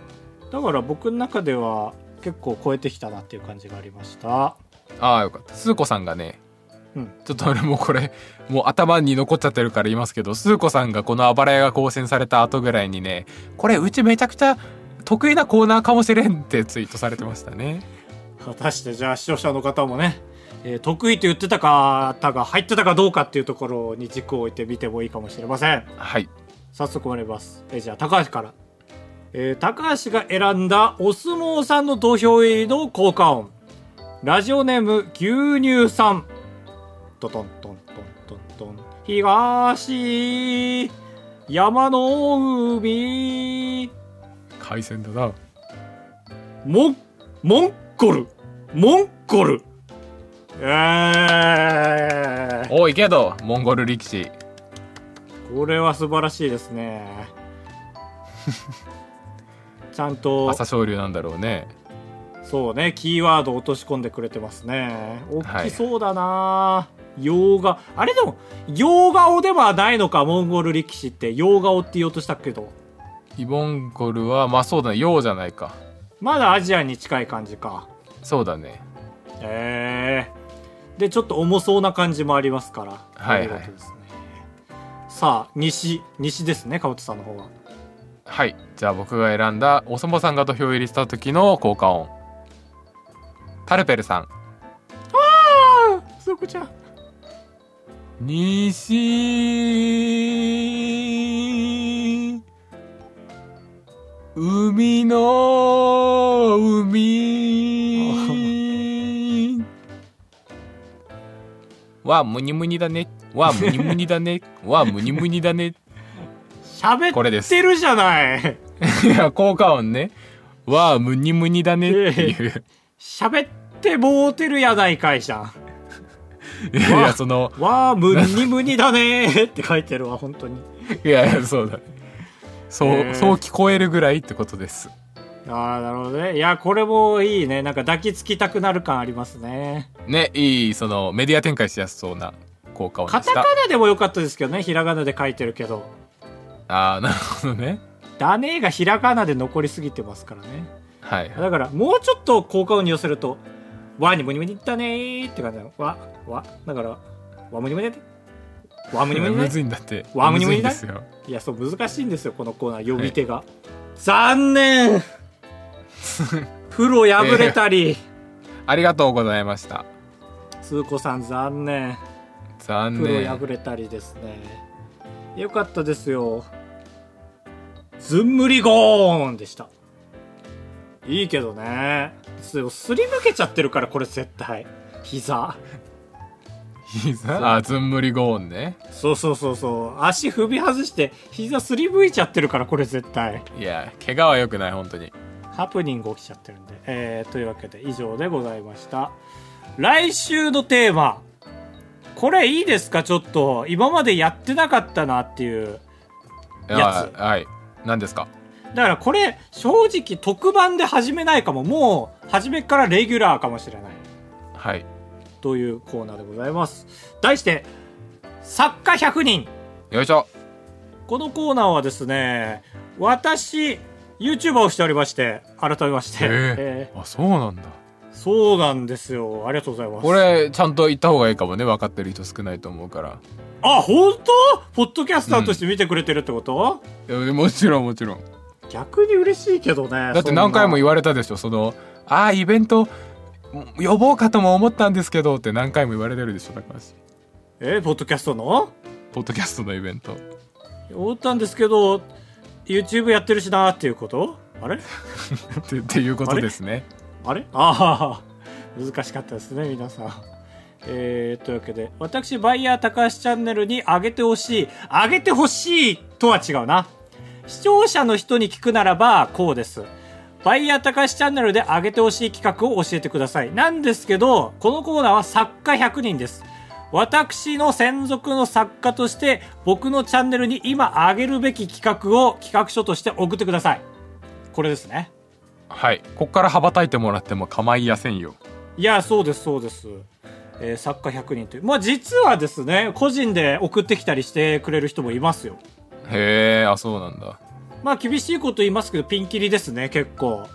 Speaker 2: だから僕の中では結構超えてきたなっていう感じがありました。
Speaker 1: ああよかったスー子さんがね、
Speaker 2: うん
Speaker 1: ちょっと俺もうこれもう頭に残っちゃってるから言いますけどスー子さんがこのあばら屋が更新された後ぐらいにねこれうちめちゃくちゃ得意なコーナーかもしれんってツイートされてましたね
Speaker 2: 果たしてじゃあ視聴者の方もね、えー得意と言ってた方が入ってたかどうかっていうところに軸を置いてみてもいいかもしれません
Speaker 1: はい
Speaker 2: 早速参ります、えーじゃあ高橋から、えー高橋が選んだお相撲さんの土俵入りの効果音ラジオネーム牛乳さんトトントントントントン東山の海
Speaker 1: 海鮮だな
Speaker 2: モン、モンゴルモンゴルえー、
Speaker 1: 多いけどモンゴル力士
Speaker 2: これは素晴らしいですね。ちゃんと、
Speaker 1: 朝青龍なんだろうね
Speaker 2: そうね、キーワード落とし込んでくれてますね。大きそうだな、洋画。あれでも、洋顔ではないのか、モンゴル力士って。洋顔って言おうとしたけど。
Speaker 1: イモンゴルはまあそうだね洋じゃないか
Speaker 2: まだアジアに近い感じか。
Speaker 1: そうだね
Speaker 2: えー、でちょっと重そうな感じもありますから
Speaker 1: はいはい
Speaker 2: とうことですねさあ西西ですね川内さんの方は
Speaker 1: はいじゃあ僕が選んだおそもさんが土俵入りした時の効果音タルペルさん
Speaker 2: そこちゃん
Speaker 1: 西海の 海はムニムニだねはムニムニだねはムニムニだねこれ
Speaker 2: 喋
Speaker 1: で
Speaker 2: っ
Speaker 1: す
Speaker 2: てるじゃない
Speaker 1: いや効果音ねはムニムニだねっていう
Speaker 2: 喋ってもうてるやないかいじゃん
Speaker 1: いやいやその
Speaker 2: わあむにむにだね ーって書いてるわ本当に
Speaker 1: いやいやそうだねそう、
Speaker 2: えー
Speaker 1: そう聞こえるぐらいってことです
Speaker 2: ああなるほどねいやこれもいいねなんか抱きつきたくなる感ありますね
Speaker 1: ねいいそのメディア展開しやすそうな効果を
Speaker 2: カ
Speaker 1: し
Speaker 2: タカ
Speaker 1: た
Speaker 2: ナでもよかったですけどねひらがなで書いてるけど
Speaker 1: ああなるほどね
Speaker 2: 「だね」がひらがなで残りすぎてますからね
Speaker 1: はい
Speaker 2: だからもうちょっと効果音に寄せると「わ」にムニムニだねーって感じなの「わ」「わ」だから「わムニムニだね」「わムニムニだ
Speaker 1: む
Speaker 2: ね
Speaker 1: ずいんだって
Speaker 2: わむにむ
Speaker 1: むずいんで
Speaker 2: にだ
Speaker 1: すよ」
Speaker 2: いやそう難しいんですよこのコーナー呼び手が、残念プロ破れたり、
Speaker 1: ありがとうございました
Speaker 2: スー子さん残念
Speaker 1: 残
Speaker 2: プロ
Speaker 1: 念
Speaker 2: 破れたりですねよかったですよずんむりゴーンでしたいいけどねでもすりむけちゃってるからこれ絶対膝
Speaker 1: 膝あずんむりゴーンね
Speaker 2: そうそうそうそう足踏み外して膝すりむいちゃってるからこれ絶対
Speaker 1: いや怪我は良くない本当に
Speaker 2: ハプニング起きちゃってるんで、えー、というわけで以上でございました来週のテーマこれいいですかちょっと今までやってなかったなっていうやつ
Speaker 1: あはい何ですか
Speaker 2: だからこれ正直特番で始めないかももう初めからレギュラーかもしれない
Speaker 1: はい
Speaker 2: というコーナーでございます題して作家100人
Speaker 1: よいしょ
Speaker 2: このコーナーはですね私 YouTuber をしておりまして改めまして、
Speaker 1: へえ
Speaker 2: え
Speaker 1: あそうなんだ
Speaker 2: ーそうなんですよありがとうございます
Speaker 1: これちゃんと言った方がいいかもね分かってる人少ないと思うから
Speaker 2: あ本当ポッドキャスターとして見てくれてるってこと、
Speaker 1: いやもちろんもちろん
Speaker 2: 逆に嬉しいけどね
Speaker 1: だって何回も言われたでしょその「ああイベントん呼ぼうかとも思ったんですけど」って何回も言われてるでしょ高橋
Speaker 2: えーポッドキャストの
Speaker 1: ポッドキャストのイベント
Speaker 2: 思ったんですけど YouTube やってるしなーっていうことあれ
Speaker 1: ってっていうことですね
Speaker 2: あれ ああ、難しかったですね、皆さん。えー、というわけで、私、バイヤー高橋チャンネルに上げてほしい。上げてほしいとは違うな。視聴者の人に聞くならば、こうです。バイヤー高橋チャンネルで上げてほしい企画を教えてください。なんですけど、このコーナーは作家100人です。私の専属の作家として、僕のチャンネルに今上げるべき企画を企画書として送ってください。これですね。
Speaker 1: はいこっから羽ばたいてもらっても構いやせんよ
Speaker 2: いや、そうです、そうです。えー作家100人という。まあ、実はですね、個人で送ってきたりしてくれる人もいますよ。
Speaker 1: へえあそうなんだ
Speaker 2: まあ、厳しいこと言いますけど、ピンキリですね、結構。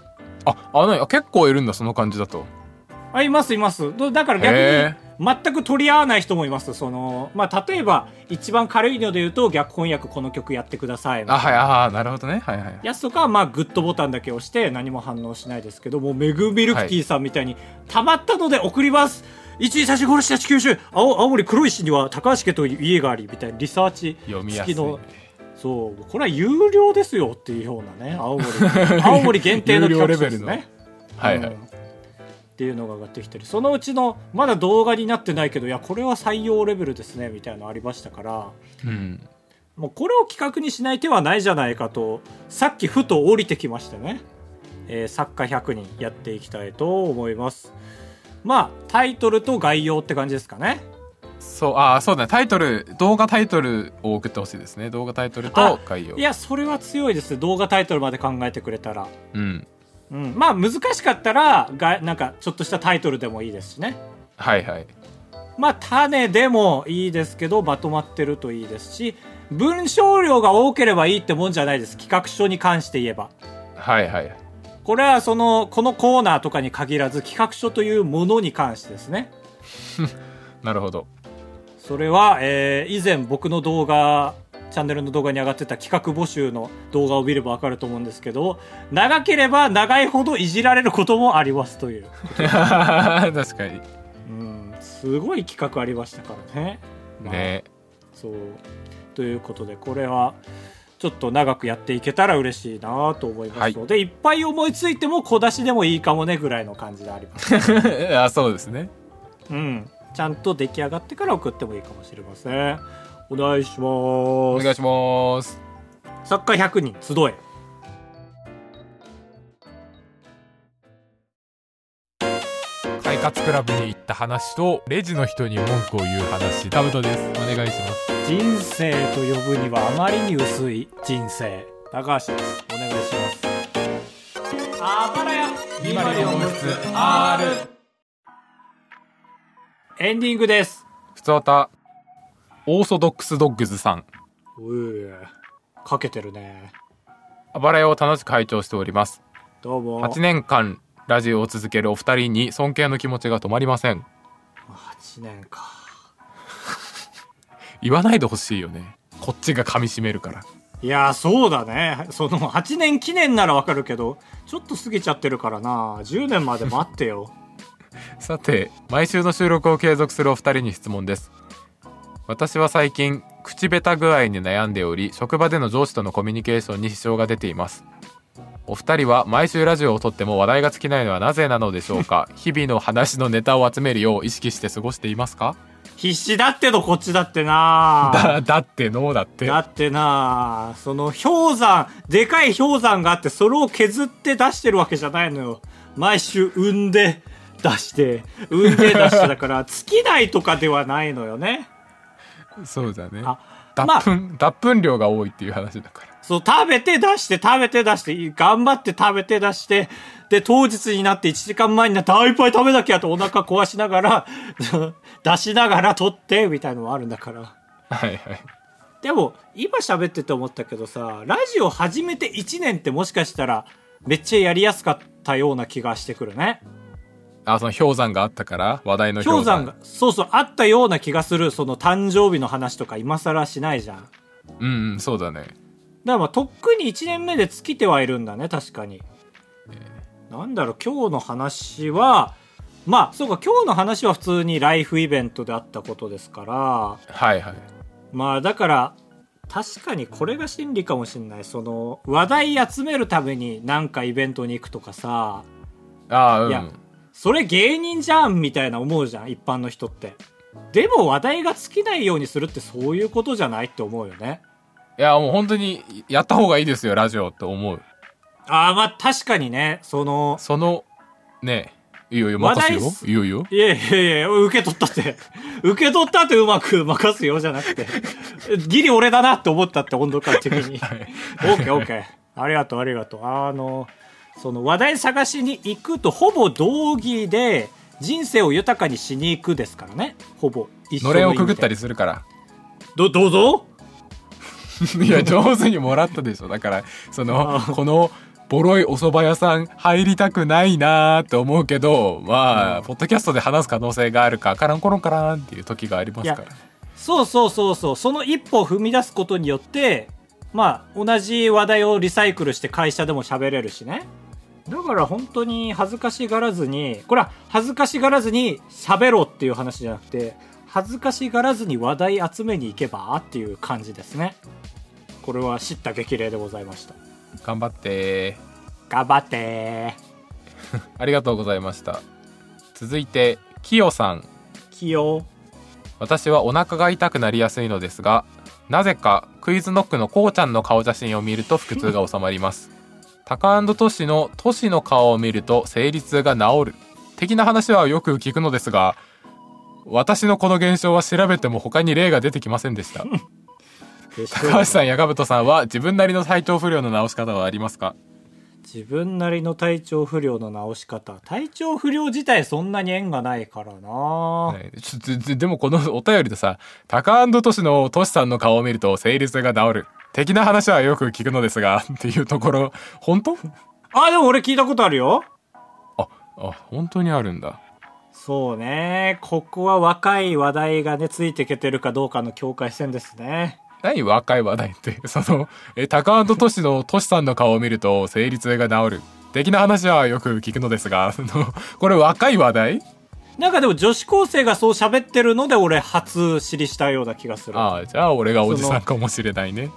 Speaker 1: ああの結構いるんだその感じだと
Speaker 2: あ、います、います。どだから逆
Speaker 1: へ
Speaker 2: に、全く取り合わない人もいます。その、まあ、例えば、一番軽いので言うと、逆翻訳この曲やってくださいみたい
Speaker 1: あ
Speaker 2: な。
Speaker 1: はいああなるほどねはいはい
Speaker 2: やつとかはまあグッドボタンだけ押して何も反応しないですけどもうメグミルクティーさんみたいに、たまったので送ります一位最初殺した地球州青青森黒石には高橋家という家がありみたいなリサーチ
Speaker 1: 読みやす
Speaker 2: 付
Speaker 1: い
Speaker 2: きのそうこれは有料ですよっていうようなね青森青森限定の
Speaker 1: 有料
Speaker 2: 企
Speaker 1: レベ
Speaker 2: 画で
Speaker 1: ル
Speaker 2: す
Speaker 1: の
Speaker 2: ね
Speaker 1: はいはい
Speaker 2: うんっていうのが上がってきてるそのうちのまだ動画になってないけどいやこれは採用レベルですねみたいなのありましたから
Speaker 1: うん
Speaker 2: もうこれを企画にしない手はないじゃないかとさっきふと降りてきましてね、えー作家100人やっていきたいと思いますまあタイトルと概要って感じですかね
Speaker 1: そうああそうだねタイトル動画タイトルを送ってほしいですね動画タイトルと
Speaker 2: あ
Speaker 1: 概要
Speaker 2: いやそれは強いです動画タイトルまで考えてくれたら
Speaker 1: うん
Speaker 2: うんまあ難しかったらがなんかちょっとしたタイトルでもいいですしね
Speaker 1: はいはい
Speaker 2: まあ種でもいいですけどまとまってるといいですし文章量が多ければいいってもんじゃないです企画書に関して言えば
Speaker 1: はいはい
Speaker 2: これはそのこのコーナーとかに限らず企画書というものに関してですね
Speaker 1: なるほど
Speaker 2: それは、えー以前僕の動画チャンネルの動画に上がってた企画募集の動画を見れば分かると思うんですけど長ければ長いほどいじられることもありますという
Speaker 1: 確かに
Speaker 2: うんすごい企画ありましたからね、まあ
Speaker 1: ね
Speaker 2: そうということでこれはちょっと長くやっていけたら嬉しいなと思いますので、い、っぱい思いついても小出しでもいいかもねぐらいの感じであります
Speaker 1: あそうですね
Speaker 2: うん、ちゃんと出来上がってから送ってもいいかもしれませんお願いし
Speaker 1: お
Speaker 2: ます
Speaker 1: 願いします
Speaker 2: 作家100人集え
Speaker 1: 快活クラブに行った話とレジの人に文句を言う話タブトですお願いします
Speaker 2: 人生と呼ぶにはあまりに薄い人生高橋ですお願いしますあばらやエンディングです
Speaker 1: ふつおたオーソドックスドッグズさん
Speaker 2: うーかけてるね
Speaker 1: あばら屋を楽しく拝聴しております
Speaker 2: どうも
Speaker 1: 8年間ラジオを続けるお二人に尊敬の気持ちが止まりません
Speaker 2: 8年か
Speaker 1: 言わないでほしいよねこっちが噛み締めるから
Speaker 2: いやーそうだねその8年記念ならわかるけどちょっと過ぎちゃってるからな10年まで待ってよ
Speaker 1: さて毎週の収録を継続するお二人に質問です私は最近口下手具合に悩んでおり職場での上司とのコミュニケーションに支障が出ていますお二人は毎週ラジオを撮っても話題が尽きないのはなぜなのでしょう か日々の話のネタを集めるよう意識して過ごしていますか
Speaker 2: 必死だってのこっちだってな
Speaker 1: だだってのだって
Speaker 2: だってなあその氷山でかい氷山があってそれを削って出してるわけじゃないのよ毎週産んで出して産んで出してだから尽きないとかではないのよね
Speaker 1: そうだね
Speaker 2: あ
Speaker 1: 脱
Speaker 2: まあ
Speaker 1: 粉、脱粉量が多いっていう話だから
Speaker 2: そう食べて出して食べて出して頑張って食べて出してで当日になって1時間前になってあいっぱい食べなきゃとお腹壊しながら 出しながら取ってみたいのもあるんだから
Speaker 1: はいはい
Speaker 2: でも今喋ってて思ったけどさラジオ始めて1年ってもしかしたらめっちゃやりやすかったような気がしてくるね
Speaker 1: あその氷山があったから話題の
Speaker 2: 氷
Speaker 1: 氷山
Speaker 2: 山がそうそうあったような気がするその誕生日の話とか今更しないじゃんだか
Speaker 1: うんうんそうだね
Speaker 2: らまあとっくに1年目で尽きてはいるんだね確かに、なんだろう今日の話はまあそうか今日の話は普通にライフイベントであったことですから
Speaker 1: はいはい
Speaker 2: まあだから確かにこれが真理かもしんないその話題集めるためになんかイベントに行くとかさ
Speaker 1: ああう
Speaker 2: いや
Speaker 1: ん
Speaker 2: それ芸人じゃんみたいな思うじゃん一般の人ってでも話題が尽きないようにするってそういうことじゃないって思うよね
Speaker 1: いや、もう本当にやった方がいいですよ、ラジオって思う。
Speaker 2: ああまあ確かにねその
Speaker 1: その、ねえ、いいよいいよ、任せるよ
Speaker 2: 話題。す
Speaker 1: いいよいいよ。
Speaker 2: いやいやいや受け取ったって 受け取ったってうまく任すよじゃなくて ギリ俺だなって思ったって温度感的に
Speaker 1: はい
Speaker 2: オーケーオーケー。ありがとうありがとう。あの、その話題探しに行くとほぼ同義で、人生を豊かにしに行くですからね。ほぼ。一
Speaker 1: の
Speaker 2: 緒
Speaker 1: れん
Speaker 2: の
Speaker 1: を
Speaker 2: 意味
Speaker 1: く
Speaker 2: で
Speaker 1: ぐったり。するから。
Speaker 2: ど、どうぞ
Speaker 1: いや、上手にもらったでしょ。だから、その
Speaker 2: あ、ー
Speaker 1: この、ボロいお蕎麦屋さん入りたくないなーって思うけどまあ、ポッドキャストで話す可能性があるかカランコロンカランっていう時がありますから
Speaker 2: いやそうそうそうそう、その一歩を踏み出すことによって、まあ、同じ話題をリサイクルして会社でも喋れるしね。だから本当に恥ずかしがらずに、これは恥ずかしがらずに喋ろうっていう話じゃなくて、恥ずかしがらずに話題集めに行けばっていう感じですね。これは知った激励でございました。
Speaker 1: 頑張って
Speaker 2: 頑張って
Speaker 1: ありがとうございました続いてキヨさん
Speaker 2: ー。起用。
Speaker 1: 私はお腹が痛くなりやすいのですがなぜかクイズノックのこうちゃんの顔写真を見ると腹痛が収まりますタカトシのトシの顔を見ると生理痛が治る的な話はよく聞くのですが私のこの現象は調べても他に例が出てきませんでした
Speaker 2: でしょう
Speaker 1: 高橋さんやガブトさんは自分なりの体調不良の治し方はありますか
Speaker 2: 自分なりの体調不良の治し方。体調不良自体そんなに縁がないからな、
Speaker 1: ねちょででもこのお便りでさ「タカトシのトシさんの顔を見ると生理痛が治る」的な話はよく聞くのですが っていうところ本当
Speaker 2: あ、でも俺聞いたことあるよ。
Speaker 1: ああ本当にあるんだ
Speaker 2: そうね。ここは若い話題がね、ついていけてるかどうかの境界線ですね。
Speaker 1: 何若い話題って そのえ高安トシのトシさんの顔を見ると生理痛が治る的な話はよく聞くのですが そのこれ若い話題
Speaker 2: なんかでも女子高生がそう喋ってるので俺初知りしたような気がする。
Speaker 1: ああじゃあ俺がおじさんかもしれないね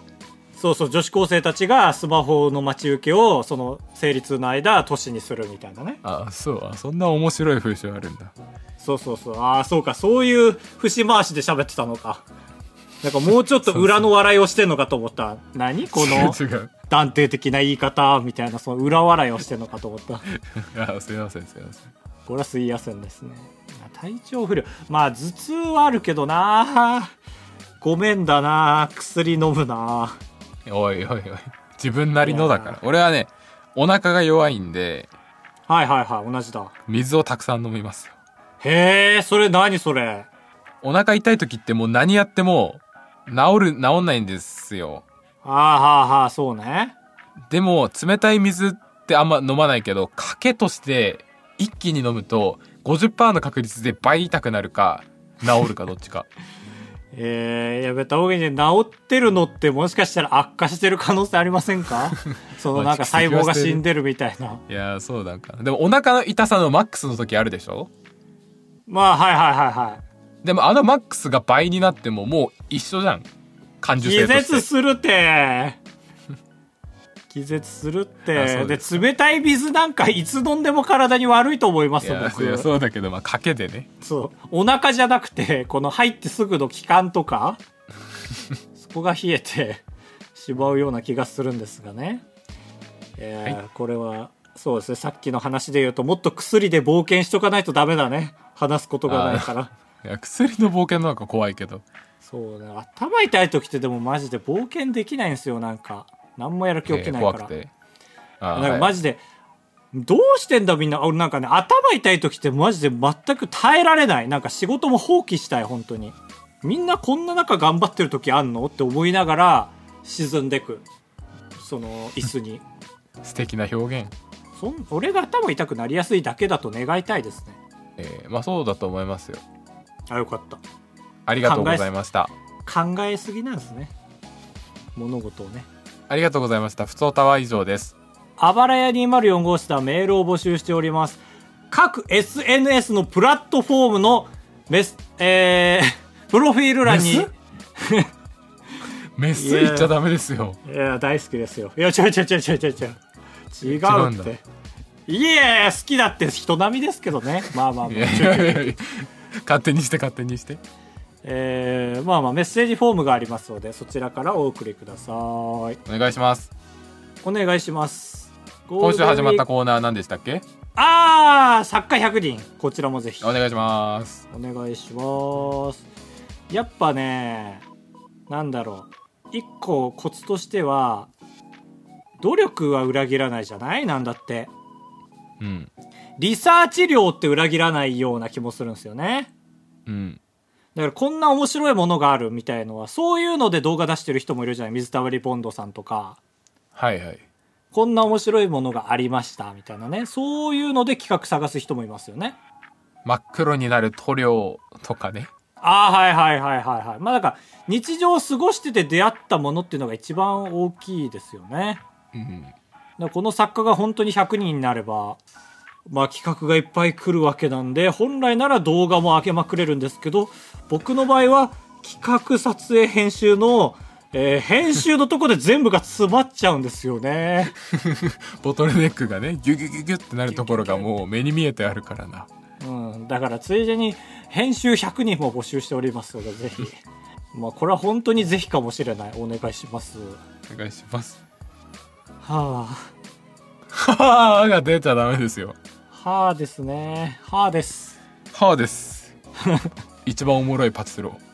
Speaker 2: そうそう、女子高生たちがスマホの待ち受けをその生理痛の間、年にするみたいなね。
Speaker 1: ああそうあそんな面白い風習あるんだ
Speaker 2: そうそうそう。ああ、そうか。そういう節回しで喋ってたのか。なんかもうちょっと裏の笑いをしてんのかと思った。何この
Speaker 1: 違う違う
Speaker 2: 断定的な言い方みたいな、その裏笑いをしてんのかと思った。
Speaker 1: あすいませんすいません
Speaker 2: これは水野線ですねまあ体調不良まあ頭痛はあるけどなごめんだな薬飲むな
Speaker 1: おいおいおい自分なりのだから俺はねお腹が弱いんで
Speaker 2: はいはいはい同じだ
Speaker 1: 水をたくさん飲みますよ
Speaker 2: へえそれ何それ
Speaker 1: お腹痛い時ってもう何やっても治る治んないんですよ
Speaker 2: ああはあはあそうね
Speaker 1: でも冷たい水ってあんま飲まないけど賭けとして一気に飲むと50%の確率で倍痛くなるか治るかどっちか
Speaker 2: えー、やめた方がいいね治ってるのってもしかしたら悪化してる可能性ありませんかそのなんか細胞が死んでるみたいない
Speaker 1: やーそうなんかなでもお腹の痛さのマックスの時あるでしょ
Speaker 2: まあはいはいはいはい
Speaker 1: でもあのマックスが倍になってももう一緒じゃん感受性
Speaker 2: 気
Speaker 1: として
Speaker 2: 絶す るて気絶するっ
Speaker 1: あそ
Speaker 2: て
Speaker 1: う
Speaker 2: で
Speaker 1: です
Speaker 2: 冷たい水なんかいつ飲んでも体に悪いと思います
Speaker 1: い
Speaker 2: よ
Speaker 1: や
Speaker 2: 僕
Speaker 1: いやそうだけどまあ賭けでね
Speaker 2: そうお腹じゃなくてこの入ってすぐの気管とかそこが冷えてしまうような気がするんですがね、えー
Speaker 1: は
Speaker 2: これはそうですねさっきの話で言うともっと薬で冒険しとかないとダメだね話すことがないから。
Speaker 1: いや薬の冒険なんか怖いけど
Speaker 2: そうね頭痛い時ってでもマジで冒険できないんですよなんか何もやる気起きない
Speaker 1: えー怖
Speaker 2: から
Speaker 1: く、てあ
Speaker 2: なんかマ
Speaker 1: ジ
Speaker 2: ジで、どうしてんだみんな俺なんかね頭痛い時ってマジで全く耐えられないなんか仕事も放棄したい本当にみんなこんな中頑張ってる時あんのって思いながら沈んでくその椅子に
Speaker 1: 素敵な表現、
Speaker 2: そん俺が頭痛くなりやすいだけだと願いたいですね
Speaker 1: えーまあそうだと思いますよ
Speaker 2: あよかった
Speaker 1: ありがとうございました
Speaker 2: 考えすぎなんですね物事をね
Speaker 1: ありがとうございましたふつおたは以上です
Speaker 2: あばらや204号室ではメールを募集しております。各 SNS のプラットフォームのメス、えー、 プロフィール欄に。
Speaker 1: メメス言っちゃダメですよ
Speaker 2: いや、大好きですよ。いや、違う違う違う違う違う違う。違
Speaker 1: 違う
Speaker 2: うんっ
Speaker 1: だ
Speaker 2: て。いやいや、好きだって人並みですけどね。まあまあ
Speaker 1: い
Speaker 2: まあ
Speaker 1: や。いやいやいや勝手にして勝手にして
Speaker 2: えー、まあまあ、メッセージフォームがありますので、そちらからお送りください。お
Speaker 1: お願いします
Speaker 2: 願いします。
Speaker 1: 今週始まった
Speaker 2: ゴールデン
Speaker 1: コーナ
Speaker 2: ウィーク
Speaker 1: ー何でしたっけ
Speaker 2: あー、作家100人。こちらもぜひ。
Speaker 1: お願いします
Speaker 2: お願いしますやっぱねなんだろう一個コツとしては努力は裏切らないじゃないなんだって
Speaker 1: うん
Speaker 2: リサーチ量って裏切らないような気もするんですよね
Speaker 1: うん
Speaker 2: だからこんな面白いものがあるみたいのはそういうので動画出してる人もいるじゃない水溜りボンドさんとか
Speaker 1: はいはい
Speaker 2: こんな面白いものがありましたみたいなねそういうので企画探す人もいますよね
Speaker 1: 真っ黒になる塗料とかね
Speaker 2: ああはいはいはいはいはいまあだから日常を過ごしてて出会ったものっていうのが一番大きいですよね
Speaker 1: うん
Speaker 2: だからこの作家が本当に100人になれば、まあ、企画がいっぱい来るわけなんで本来なら動画も上げまくれるんですけど僕の場合は企画撮影編集の、えー編集のとこで全部が詰まっちゃうんですよね
Speaker 1: ボトルネックがねギュギュギュギュってなるところがもう目に見えてあるからな
Speaker 2: うんだからついでに編集100人も募集しておりますのでぜひまあこれは本当にぜひかもしれないお願いします
Speaker 1: お願いします
Speaker 2: はあ
Speaker 1: はあが出ちゃダメですよ
Speaker 2: はあですねはあです
Speaker 1: はあです一番おもろいパチスロー